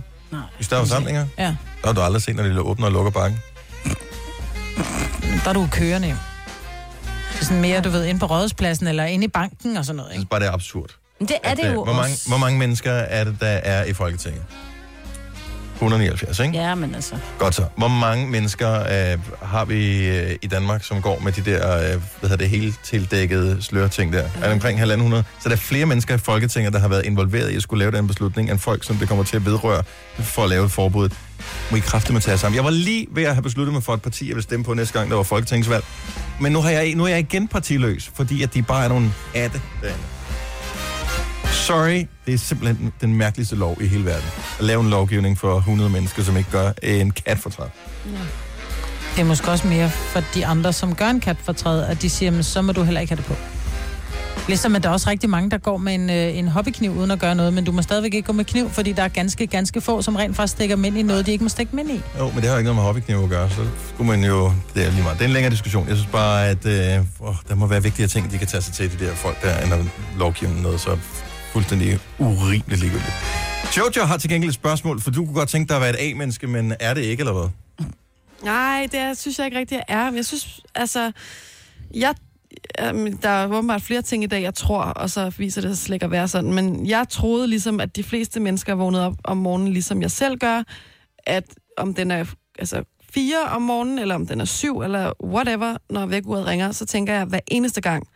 I større forsamlinger?
Ja.
Der har du aldrig set, når de åbner og lukker bakken.
Men Der er du jo kørende, jo. Det er sådan mere, du ved, inde på rådhuspladsen eller inde i banken og sådan noget,
Jeg
ikke?
synes bare, det er absurd.
Men det er
at,
det
øh,
jo
hvor, mange,
også.
hvor mange mennesker er det, der er i Folketinget? 179, ikke?
Ja, men altså...
Godt så. Hvor mange mennesker øh, har vi øh, i Danmark, som går med de der, øh, hvad hedder det, hele tildækkede slørting der? Er det omkring 1.500? Så der er flere mennesker i Folketinget, der har været involveret i at skulle lave den beslutning, end folk, som det kommer til at vedrøre for at lave et forbud. Må I kræfte med tage jer sammen. Jeg var lige ved at have besluttet mig for et parti, jeg vil stemme på næste gang, der var folketingsvalg. Men nu, har jeg, nu er jeg igen partiløs, fordi at de bare er nogle atte derinde. Sorry, det er simpelthen den mærkeligste lov i hele verden. At lave en lovgivning for 100 mennesker, som ikke gør en kat for træt.
Det er måske også mere for de andre, som gør en kat fortræd, at de siger, men så må du heller ikke have det på. Ligesom at der er også rigtig mange, der går med en, øh, en hobbykniv uden at gøre noget, men du må stadigvæk ikke gå med kniv, fordi der er ganske, ganske få, som rent faktisk stikker mænd i noget, de ikke må stikke mænd i.
Jo, men det har jo ikke noget med hobbyknive at gøre, så skulle man jo... Det er lige meget. Det er en længere diskussion. Jeg synes bare, at øh, åh, der må være vigtige ting, de kan tage sig til, de der folk, der ender lovgivningen noget, så fuldstændig urimeligt ligegyldigt. Jojo har til gengæld et spørgsmål, for du kunne godt tænke dig at være et A-menneske, men er det ikke, eller hvad?
Nej, det er, synes jeg ikke rigtig, jeg er. Men jeg synes, altså... Jeg, øhm, der er åbenbart flere ting i dag, jeg tror, og så viser det sig slet ikke at være sådan. Men jeg troede ligesom, at de fleste mennesker vågnede op om morgenen, ligesom jeg selv gør, at om den er altså, fire om morgenen, eller om den er syv, eller whatever, når vækkeuret ringer, så tænker jeg hver eneste gang,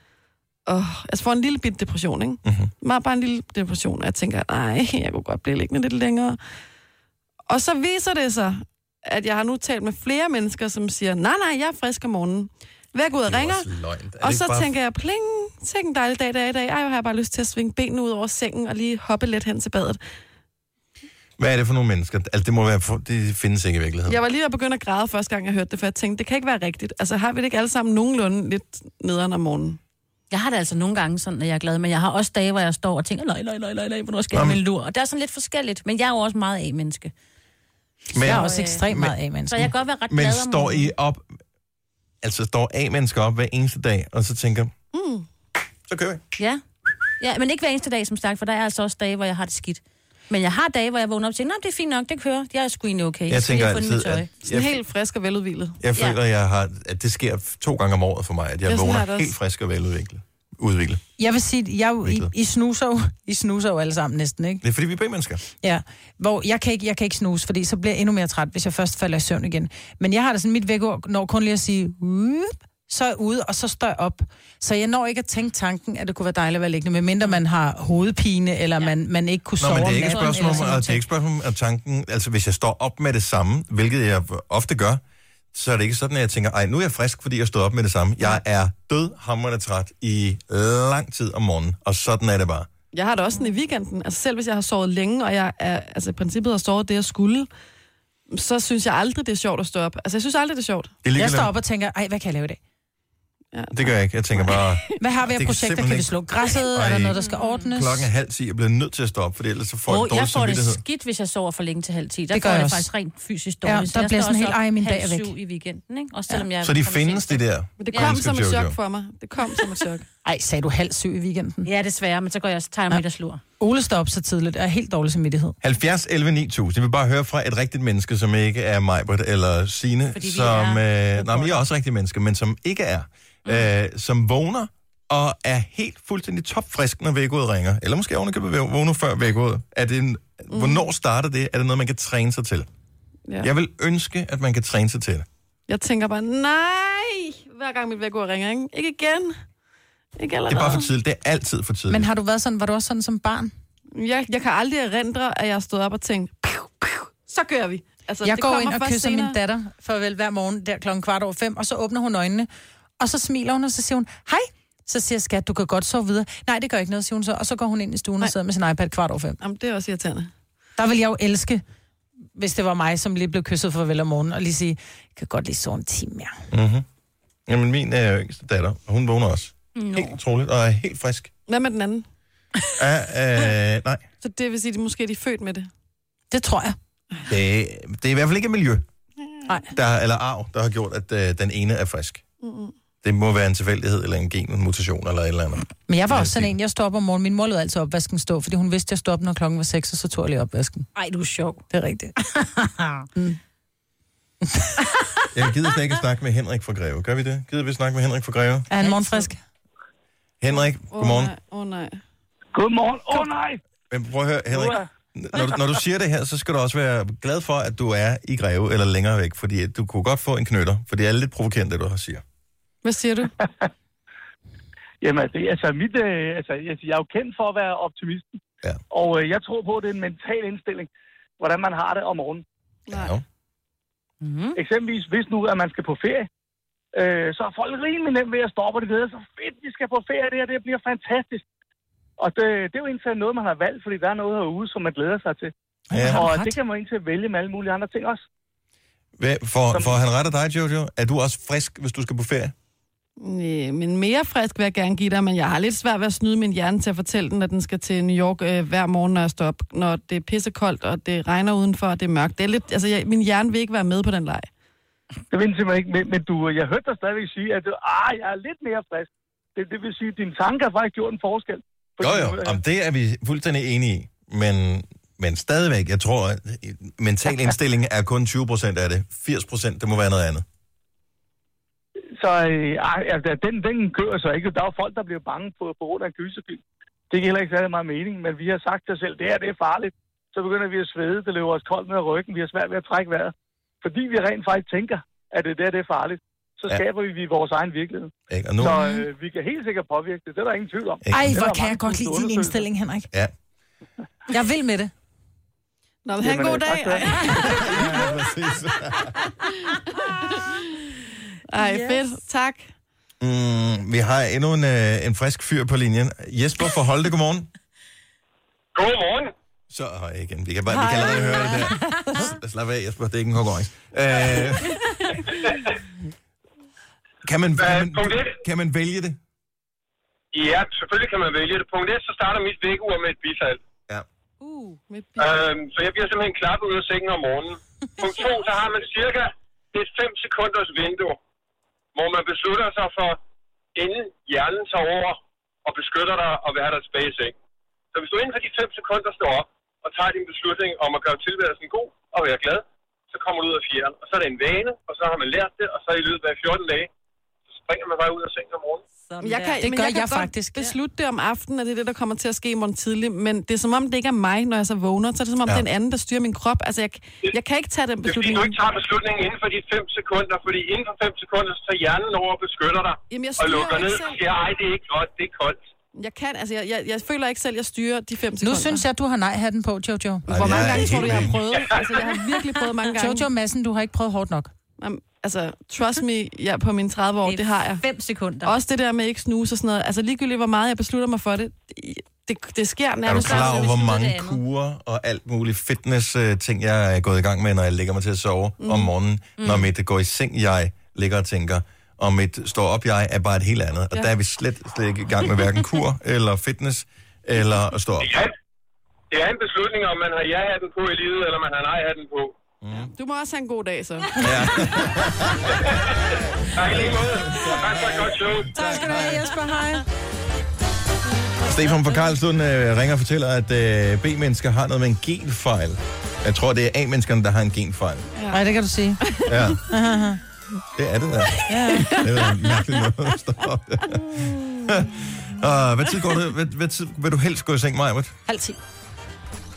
åh, altså får en lille bit depression, ikke? Mm-hmm. Bare en lille depression, og jeg tænker, nej, jeg kunne godt blive liggende lidt længere. Og så viser det sig, at jeg har nu talt med flere mennesker, som siger, nej, nej, jeg er frisk om morgenen. Væk ud og ringer, og så bare... tænker jeg, pling, tænk en dejlig dag, der er i dag. Ej, hvor har jeg bare lyst til at svinge benene ud over sengen og lige hoppe lidt hen til badet.
Hvad er det for nogle mennesker? Altså, det må være... For, det findes ikke i virkeligheden.
Jeg var lige ved at begynde at græde første gang, jeg hørte det, for jeg tænkte, det kan ikke være rigtigt. Altså, har vi det ikke alle sammen nogenlunde lidt nederen om morgenen?
Jeg har det altså nogle gange sådan, at jeg er glad, men jeg har også dage, hvor jeg står og tænker, nej, nej, nej, nej, nej, hvornår skal jeg
Jamen.
have min lur? Og det er sådan lidt forskelligt, men jeg er jo også meget af-menneske.
Men,
Jeg er også ekstremt meget af,
Så
mennesker.
jeg kan godt være ret glad
men
om
står I op... Altså, står A-mennesker op hver eneste dag, og så tænker...
morgenen. Mm.
Så kører vi.
Ja. ja, men ikke hver eneste dag, som sagt, for der er altså også dage, hvor jeg har det skidt. Men jeg har dage, hvor jeg vågner op og tænker, nej, det er fint nok, det kører. Jeg er sgu egentlig okay.
Jeg
Så
tænker
har fundet
altid,
mit tøj.
at-
Sådan helt frisk og veludvilet.
Jeg føler, jeg har, at det sker to gange om året for mig, at jeg
Ja, sådan
vågner
har jeg det også.
helt frisk og veludviklet. udvikle.
Jeg vil sige, jeg, er jo- I, I, snuser jo, [laughs] I snuser jo alle sammen næsten, ikke?
Det er fordi, vi er B-mennesker.
Ja, hvor jeg kan, ikke, jeg kan ikke snuse, fordi så bliver jeg endnu mere træt, hvis jeg først falder i søvn igen. Men jeg har da sådan, mit vækord når kun lige at sige, "Whoop", så er jeg ude, og så står jeg op. Så jeg når ikke at tænke tanken, at det kunne være dejligt at være liggende, medmindre man har hovedpine, eller man, man ikke kunne
Nå,
sove
men det er
om
ikke et
natten,
spørgsmål
eller
om,
sådan
og
noget.
det er ikke et spørgsmål om tanken. Altså, hvis jeg står op med det samme, hvilket jeg ofte gør, så er det ikke sådan, at jeg tænker, ej, nu er jeg frisk, fordi jeg stod op med det samme. Jeg er dødhammerende træt i lang tid om morgenen, og sådan er det bare.
Jeg har det også sådan i weekenden. Altså selv hvis jeg har sovet længe, og jeg er, altså i princippet har sovet det, jeg skulle, så synes jeg aldrig, det er sjovt at stå op. Altså jeg synes aldrig, det er sjovt.
er ligegyldigt.
Jeg står op og tænker, ej, hvad kan jeg lave i dag?
Det gør jeg ikke. Jeg tænker bare...
Hvad har vi af
det
projekter?
simpelthen
Kan vi
ikke-
slå græsset? Er
Ej,
der noget, der skal ordnes?
Klokken er halv ti, jeg bliver nødt til at stå op, for ellers så får jeg
Åh,
oh, dårlig
jeg får det
samvittighed.
skidt, hvis jeg sover for længe til halv ti. Der
Det
det
gør
gør får jeg
jeg
det
også.
faktisk rent fysisk
Ja,
dårligt.
der
så jeg
bliver
står
sådan helt,
også op
"Ej, min dag
halv
er væk."
syv i weekenden, ikke? Også selvom jeg
Så de findes, de der?
Men det kom som et chok for mig. Det kom som et chok.
Ej, sagde du halv syv i weekenden?
Ja, desværre, men så går jeg også tager mig et og slur.
Ole står op så tidligt, og er helt dårlig samvittighed.
70 11 9000. Jeg vil bare høre fra et rigtigt menneske, som ikke er Majbert eller Sine,
Fordi vi
som...
er-
Øh, nej, men jeg er også rigtige mennesker, men som ikke er. Mm. Øh, som vågner og er helt fuldstændig topfrisk, når vækkeudet ringer. Eller måske ovenikøbet væ- vågner før vækkeudet. Er det en, mm. Hvornår starter det? Er det noget, man kan træne sig til?
Ja.
Ja. Jeg vil ønske, at man kan træne sig til det.
Jeg tænker bare, nej, hver gang mit vækord ringer, ikke? Ikke igen. Ikke allerede.
Det er bare for tidligt. Det er altid for tidligt.
Men har du været sådan, var du også sådan som barn?
Jeg, jeg kan aldrig erindre, at jeg stod op og tænkte, piu, piu, så gør vi.
Altså, jeg
det
går
kommer
ind og
først
kysser senere.
senere.
min datter farvel hver morgen der klokken kvart over fem, og så åbner hun øjnene, og så smiler hun, og så siger hun, hej. Så siger jeg, skat, du kan godt sove videre. Nej, det gør ikke noget, siger hun så. Og så går hun ind i stuen Nej. og sidder med sin iPad kvart over fem.
Jamen, det er også irriterende.
Der vil jeg jo elske, hvis det var mig, som lige blev kysset farvel om morgenen, og lige sige, jeg kan godt lige sove en time mere.
Mm-hmm. Jamen, min øh, yngste datter, hun vågner også.
Nå.
Helt troligt, og er helt frisk.
Hvad med den anden?
Ja, øh, nej,
Så det vil sige, at de måske er de er født med det.
Det tror jeg.
det, det er i hvert fald ikke miljø,
Nej.
der, eller arv, der har gjort, at øh, den ene er frisk.
Mm-mm.
Det må være en tilfældighed, eller en gen, en mutation, eller et eller andet.
Men jeg var også sådan en, jeg stod op om morgenen. Min mor lod altid opvasken stå, fordi hun vidste, at jeg stod op, når klokken var seks, og så tog jeg lige opvasken.
Ej, du er sjov.
Det er rigtigt. mm.
Jeg gider slet ikke at snakke med Henrik fra Greve. Gør vi det? Gider vi snakke med Henrik fra Greve?
Er han morgenfrisk?
Henrik,
Åh
godmorgen.
nej, åh nej.
Godmorgen. Åh oh, nej!
Men prøv at høre, Henrik.
Nu er-
Når du, når du siger det her, så skal du også være glad for, at du er i Greve eller længere væk, fordi at du kunne godt få en knytter, for det er lidt provokerende, det du har siger.
Hvad
[laughs]
siger du?
Jamen, altså, altså, mit, øh, altså, jeg jeg er jo kendt for at være optimisten.
Ja.
Og øh, jeg tror på, at det er en mental indstilling, hvordan man har det om morgenen.
Nej.
Ja.
Mm-hmm. Eksempelvis, hvis nu, at man skal på ferie, øh, så er folk rimelig nemt ved at stoppe, og de ved, så fedt, vi skal på ferie, det her, det her bliver fantastisk. Og det, det er jo indtil noget, man har valgt, fordi der er noget herude, som man glæder sig til.
Ja.
Og det kan man indtil vælge med alle mulige andre ting også.
Hvad, for, for han retter dig, Jojo. Er du også frisk, hvis du skal på ferie?
Næh, men mere frisk vil jeg gerne give dig, men jeg har lidt svært ved at snyde min hjerne til at fortælle den, at den skal til New York øh, hver morgen, når jeg står op, når det er pissekoldt, og det regner udenfor, og det er mørkt. Det er lidt, altså, jeg, min hjerne vil ikke være med på den leg.
Det vil jeg simpelthen ikke, men, men du, jeg hørte dig stadigvæk sige, at ah, jeg er lidt mere frisk. Det, det vil sige, at dine tanker har faktisk gjort en forskel.
Jo, jo. Om det er vi fuldstændig enige i. Men, men stadigvæk, jeg tror, at mental indstilling er kun 20 procent af det. 80 procent, det må være noget andet.
Så øh, ah, altså, den, den kører så ikke. Der er jo folk, der bliver bange på, på grund af en gyserfilm. Det giver heller ikke særlig meget mening, men vi har sagt til os selv, det her det er farligt. Så begynder vi at svede, det løber os koldt ned ad ryggen, vi har svært ved at trække vejret. Fordi vi rent faktisk tænker, at det der det er farligt, så
Ja.
skaber vi vores egen virkelighed.
Ikke? Og nu,
Så øh, vi kan helt sikkert påvirke det, det er der ingen tvivl om.
Ej,
Det er
hvor
der
kan jeg
mange
godt lide din
undersøgelser.
indstilling, Henrik.
Ja. [laughs]
Jeg vil med det.
Nå,
men have en Jamen, god øh, dag. tak,
ja, præcis.
Ej,
Yes.
yes. fedt. Tak.
Mm, vi har endnu en, øh, en frisk fyr på linjen. Jesper fra Holte, godmorgen.
Godmorgen.
Så høj igen. Vi kan, bare, vi kan allerede høre det der. Slap af, Jesper. Det er ikke en konkurrence. Øh, kan, man, kan, man, kan man vælge det?
Ja, selvfølgelig kan man vælge det. Punkt 1, så starter mit vækkeur med et bifald.
Ja.
Uh, med
øhm, så jeg bliver simpelthen klappet ud af sengen om morgenen. Punkt 2, så har man cirka et 5 sekunders vindue, hvor man beslutter sig for, inden hjernen tager over og beskytter dig og vil have dig tilbage i seng. Så hvis du inden for de 5 sekunder står op og tager din beslutning om at gøre tilværelsen god og være glad, så kommer du ud af fjeren, og så er det en vane, og så har man lært det, og så i løbet af 14 dage, så springer man bare ud af sengen om morgenen.
Jeg kan, det
Det
men
gør
jeg, kan
jeg
godt
faktisk.
beslutte det om aftenen, at det er det, der kommer til at ske i morgen tidlig. Men det er som om, det ikke er mig, når jeg så vågner. Så er det som om, ja. den anden, der styrer min krop. Altså, jeg, jeg kan ikke tage den
Det er fordi,
beslutning.
du ikke tager beslutningen inden for de 5 sekunder, fordi inden for 5 sekunder, så tager hjernen over og beskytter dig.
Jamen, jeg
og
styrer
lukker
ikke
ned
selv.
og siger, ej, det er ikke godt, det er koldt.
Jeg kan, altså, jeg, jeg, jeg føler ikke selv, at jeg styrer de fem sekunder.
Nu synes jeg, du har nej-hatten på, Jojo.
Hvor mange
jeg er
gange tror
helt
du, jeg har
enig.
prøvet? Altså, jeg har virkelig prøvet mange gange.
Jojo Madsen, du har ikke prøvet hårdt nok.
Jamen, Altså, trust me, jeg på mine 30 år, det, det har jeg.
5 sekunder.
Også det der med ikke snuse og sådan noget. Altså ligegyldigt, hvor meget jeg beslutter mig for det, det, det, det sker
Er du
nærmest.
klar over, hvor mange
kugle?
kurer og alt muligt fitness-ting, jeg er gået i gang med, når jeg lægger mig til at sove mm. om morgenen?
Mm.
Når mit går i seng, jeg ligger og tænker, og mit står op, jeg er bare et helt andet. Og
Ja.
der er vi slet, slet ikke i gang med hverken
[laughs]
kur eller fitness eller at stå op.
Det er en beslutning, om man har ja-hatten på i livet, eller man har nej-hatten på.
Du må også have en god dag, så.
Tak i lige måde. Tak for et godt show.
Tak skal du have, Jesper. Hej.
Stefan fra Karlslund øh, ringer og fortæller, at øh, B-mennesker har noget med en genfejl. Jeg tror, det er A-menneskerne, der har en genfejl.
Ja. Nej, det kan du sige.
Ja,
ja.
det er det der. Det er en mærkelig måde at stå op. uh, hvad tid går det? Hvad, hvad tid vil du helst gå i seng, Maja?
Halv ti.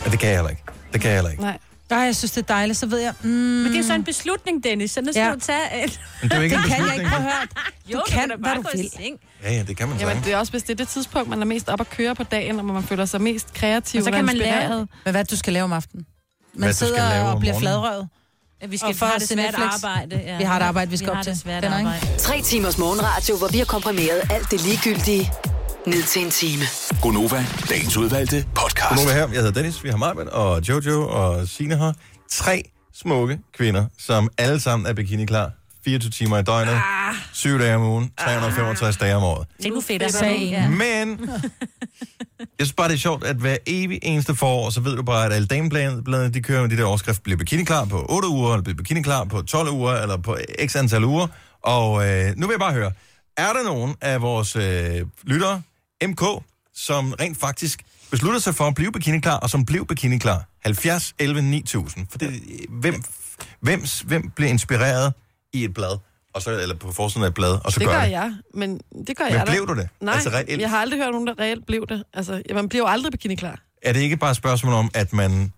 Ja, det kan jeg heller ikke. Det kan jeg heller ikke.
Nej.
Nej, jeg synes, det er dejligt, så ved jeg... Mm, Men
det er så en beslutning, Dennis, så nu skal
Ja.
du tage et...
Men det er jo ikke
det
en
kan jeg
beslutning.
ikke prøve at høre.
[laughs]
Du
Jo, du
kan,
kan da
hvad
bare
du
gå i
vil.
seng.
Ja, ja, det kan man
Jamen,
sagtens.
det er også, hvis det er det tidspunkt, man er mest op at køre på dagen, og hvor man føler sig mest kreativ
Og så kan man
inspireret.
lave... Men hvad er det, du skal lave om aftenen? Man
Hvad du skal lave
sidder
om
og bliver
morgenen?
fladrøvet.
Ja, vi skal
Og for
have
at
det
se
svært
Netflix.
arbejde. Ja.
Vi har et arbejde, vi skal
vi
op
har
til.
Det svært
Den er ikke-
arbejde.
Tre timers morgenradio, hvor vi har komprimeret alt det ligegyldige ned til en time.
Gonova, dagens udvalgte podcast.
Godmorgen her. Jeg hedder Dennis, vi har Marvin og Jojo og Sine her. Tre smukke kvinder, som alle sammen er bikini-klar. 24 timer i døgnet,
Ah.
7 dage om ugen, 365 dage om året.
Det er nu fedt at
Sagen.
ja.
Men Jeg synes bare, det er sjovt, at hver evig eneste forår, så ved du bare, at alle damebladene, de kører med de der overskrift, bliver bikini klar på 8 uger, eller bliver bikini klar på 12 uger, eller på x antal uger. Og øh, nu vil jeg bare høre, er der nogen af vores øh, lyttere, MK, som rent faktisk beslutter sig for at blive bikini klar, og som blev bikini klar? 70, 11, 9000. For det, hvem, hvem, hvem bliver inspireret i et blad, og så, eller på forsiden af et blad, og så
det
gør,
gør
det?
jeg, men det gør
Men
jeg da.
blev du det?
Nej,
Altså, reelt?
jeg har aldrig hørt nogen, der reelt blev det. Altså, ja, man bliver jo aldrig bikiniklar.
er det ikke bare et spørgsmål om, at man,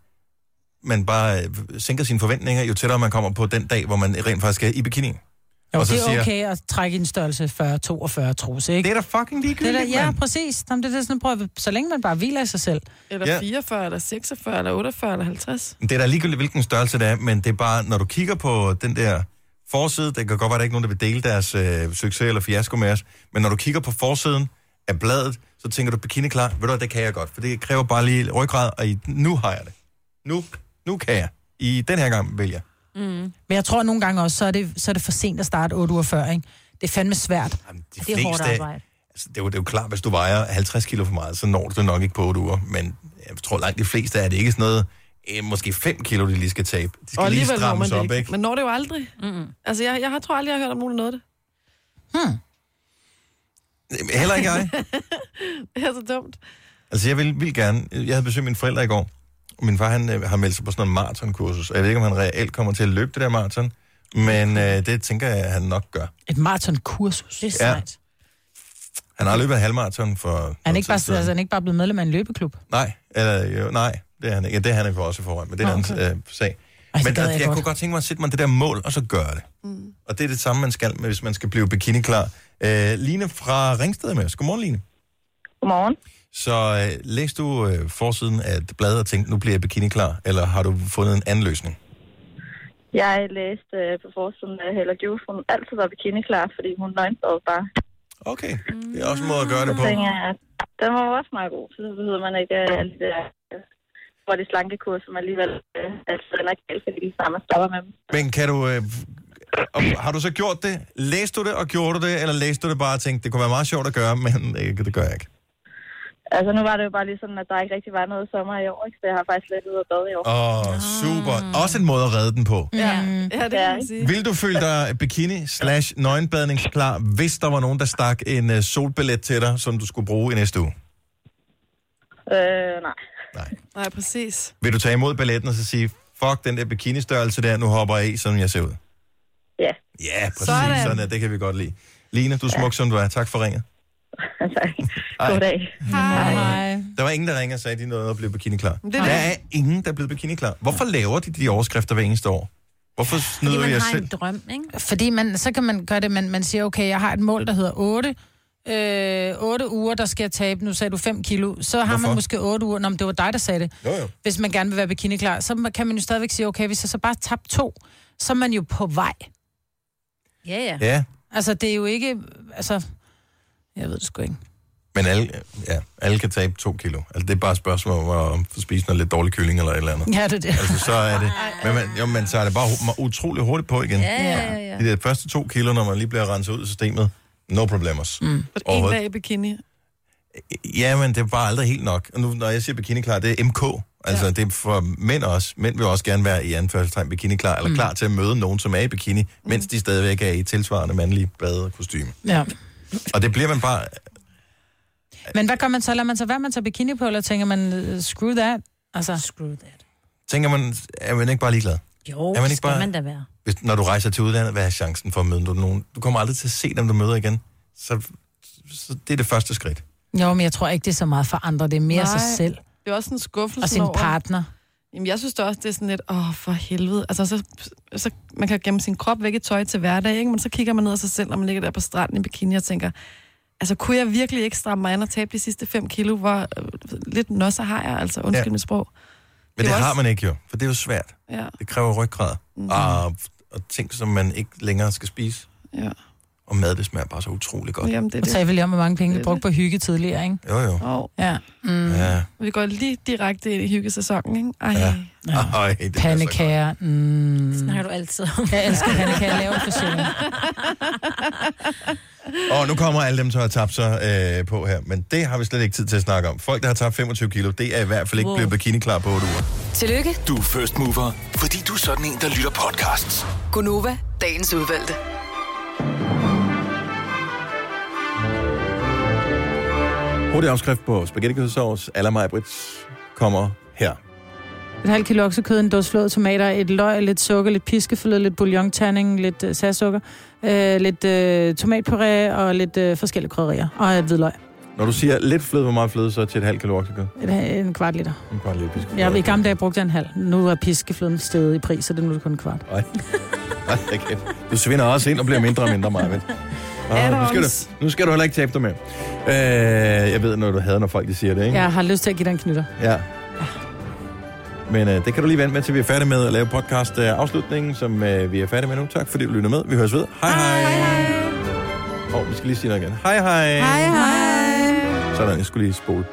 man bare øh, sænker sine forventninger, jo tættere man kommer på den dag, hvor man rent faktisk er i bikini?
Jo, det er okay at trække i en størrelse 40-42 truse, ikke?
Det er da fucking ligegyldigt,
det er da, Ja,
mand.
præcis. Jamen, det er da sådan, prøv, at- så længe man bare hviler i sig selv.
Eller
Ja.
ja. 44, eller 46, eller 48, eller 50.
Det er da ligegyldigt, hvilken størrelse det er, men det er bare, når du kigger på den der forside, det kan godt være, at der ikke er nogen, der vil dele deres øh, succes eller fiasko med os, men når du kigger på forsiden af bladet, så tænker du, bikini klar, ved du hvad, det kan jeg godt, for det kræver bare lige ryggrad, og i, nu har jeg det. Nu, nu kan jeg. I den her gang vil jeg.
Mm. Men jeg tror nogle gange også, så er, det, så er det for sent at starte 8 uger før, ikke? Det er fandme svært. Jamen,
de Det er hårdt fleste- arbejde. Altså, det, er jo, det er jo klart, hvis du vejer 50 kilo for meget, så når du det nok ikke på 8 uger. Men jeg tror langt de fleste er det ikke sådan noget, eh, måske 5 kilo, de lige skal tabe. De skal lige
når man
strammes op,
det
ikke? ikke?
Man når det jo aldrig. Mm-hmm. Altså, jeg, jeg har- tror aldrig, jeg har hørt om nogen, der nåede det.
Jamen, Heller ikke jeg.
Det er så dumt.
Altså, jeg vil, vil gerne... Jeg havde besøgt mine forældre i går. og Min far, han øh, har meldt sig på sådan en maratonkursus. og Jeg ved ikke, om han reelt kommer til at løbe det der maraton, men øh, det tænker jeg, at han nok gør.
Et maratonkursus. Det er
Ja.
sejt. Ja.
Han har løbet en halvmaraton for...
Han er ikke bare, altså, han er ikke bare blevet medlem af en løbeklub.
Nej, eller jo, nej, det er han ikke. Ja, det er han ikke også i forvejen, men det er en
Okay.
anden øh, sag.
Ej, så
men
gad
jeg,
jeg
jeg
godt.
kunne godt tænke mig at sætte mig det der mål, og så gøre det. Mm. Og det er det samme, man skal med, hvis man skal blive bikini-klar. Øh, Line fra Ringsted er med os. Godmorgen, Line.
Godmorgen.
Så øh, læste du øh, forsiden af et blad og tænkte, nu bliver jeg bikini-klar, eller har du fundet en anden løsning?
Jeg læste øh, på forsiden af Hella Juice, hun altid var bikiniklar, fordi hun nøgenstod bare.
Okay, det er også en måde at gøre det
Så
på.
tænker jeg, at den var jo også meget god, så behøver man ikke øh, alle de der øh, hvor det slanke kurs, som alligevel øh, altid er galt, fordi de samme stopper med dem.
Men kan du... Øh, og har du så gjort det? Læste du det og gjorde du det, eller læste du det bare og tænkte, det kunne være meget sjovt at gøre, men øh, det gør jeg ikke?
Altså nu var det jo bare lige sådan, at der ikke rigtig var noget sommer i år, ikke? så jeg har faktisk lidt ud at bade i år.
Åh, oh, super. Også en måde at redde den på.
Ja,
ja det kan man sige.
Vil du føle dig bikini slash nøgenbadningsklar, hvis der var nogen, der stak en øh, solbillet til dig, som du skulle bruge i næste uge?
Øh, nej.
Nej, præcis.
Vil du tage imod balletten og så sige, fuck den der bikinistørrelse der, nu hopper jeg i, som jeg ser ud?
Ja.
Ja, præcis.
Sådan.
Sådan, sådan er, det kan vi godt lide. Line, du er smuk, som du er. Tak for ringet.
altså,
tak.
Hej.
Goddag.
Hej.
Der var ingen, der ringede og sagde, at de nåede at blive bikiniklar.
Det
Der
er det.
er ingen, der er blevet bikiniklar. Hvorfor laver de de overskrifter hver eneste år? Hvorfor snyder
man
jeg
har en
selv?
drøm, ikke?
Fordi man, så kan man gøre det, man, man siger, okay, jeg har et mål, der hedder 8. Øh, 8 uger, der skal jeg tabe. Nu sagde du 5 kilo. Så har
Hvorfor?
man måske 8 uger. Nå, men det var dig, der sagde det.
Jo, jo.
Hvis man gerne vil være bikiniklar, så kan man jo stadigvæk sige, okay, hvis jeg så bare tabte to, så er man jo på vej.
Ja, ja.
Ja,
Altså, det er jo ikke... Altså, jeg ved det sgu ikke.
men alle, ja, alle kan tabe to kilo. Altså, det er bare et spørgsmål om at spise noget lidt dårlig kylling eller et eller andet.
Ja, det er det.
Altså, så er det... Men man, jo, man tager det bare hu- utrolig hurtigt på igen.
Ja, ja, ja, ja.
De der første to kilo, når man lige bliver renset ud af systemet, no problemers. Mm.
En dag i bikini.
Ja, men det er bare aldrig helt nok. Og nu, når jeg siger bikiniklar, det er MK. Altså, ja. det er for mænd også. Mænd vil også gerne være i anførselstegn bikiniklar, eller mm. klar til at møde nogen, som er i bikini, mens de stadigvæk er i tilsvarende mandlige bade og kostyme.
Ja.
Og det bliver man bare...
Men hvad gør man så? Lader man så være, man tager bikini på, eller tænker man, øh, screw that? Altså,
screw that.
Tænker man, er man ikke bare ligeglad?
Jo,
er man
det skal man da være.
Hvis, når du rejser til udlandet, hvad er chancen for at møde nogen? Du kommer aldrig til at se dem, du møder igen. Så, så det er det første skridt.
Jo, men jeg tror ikke, det er så meget for andre. Det er mere Nej. sig
Nej,
selv
Det er også en skuffelse
og sin
over-
partner.
Jamen, jeg synes da også, det er sådan lidt, åh, for helvede. Altså, så, så, man kan gemme sin krop væk i tøj til hverdag, ikke? men så kigger man ned af sig selv, når man ligger der på stranden i bikini og tænker, altså, kunne jeg virkelig ikke stramme mig an og tabe de sidste 5 kilo? Hvor øh, lidt nosser har jeg, altså, undskyld
Ja.
ja. mit sprog.
Men det,
er
det
jo
har
også-
man ikke jo, for det er jo svært.
Ja.
Det kræver ryggrad. Mm. Og, og ting, som man ikke længere skal spise.
Ja.
Og mad, det smager bare så utrolig godt.
Jamen, det er
Og taler vi lige om, hvor mange penge
Det
du
er
brugte på hygge tidligere, ikke?
Jo, jo.
Oh.
Ja.
Mm.
Ja.
Vi går lige direkte ind i hyggesæsonen, ikke? Ej.
Ja. Ej,
Ja.
det er så godt.
Pandekager. Mm.
Sådan har du altid.
Jeg elsker pandekager. Jeg laver det for sjældent.
Og nu kommer alle dem, som har tabt sig øh, på her. Men det har vi slet ikke tid til at snakke om. Folk, der har tabt 25 kilo, det er i hvert fald ikke wow.
Wow.
blevet bikiniklar på 8 uger.
Tillykke,
Du er first mover, fordi du er sådan en, der lytter podcasts.
Gunova, dagens udvalgte.
Hurtig opskrift på spaghetti sauce. Alla mig, Brits, kommer her.
Et halvt kilo oksekød, en dåse flåede tomater, et løg, lidt sukker, lidt piskeforlød, lidt bouillonterning, lidt øh, særsukker, øh, lidt øh, tomatpuré og lidt øh, forskellige krydderier. Og et hvidløg.
Når du siger lidt fløde, hvor meget fløde, så er til et halvt kilo oksekød.
Et, øh, en kvart liter.
En kvart lille pisk.
Jeg, I
[laughs]
gamle dage brugte jeg en halv. Nu er piskefløden steget i pris, så det er nu kun en kvart.
Ej. Ej, okay. Du svinder også ind og bliver mindre og mindre, Marvind. Ah, nu, skal du, nu skal du heller ikke tabe dig med. Øh, jeg ved, når du hader, når folk de siger det, ikke?
Jeg har lyst til at give dig en knytter.
Ja. Men øh, det kan du lige vente med, til vi er færdige med at lave podcast-afslutningen, som øh, vi er færdige med nu. Tak fordi du lytter med. Vi høres ved. Hej hej. hej. Og vi skal lige sige noget igen. Hej hej. Hej hej. Sådan, jeg skulle lige spole.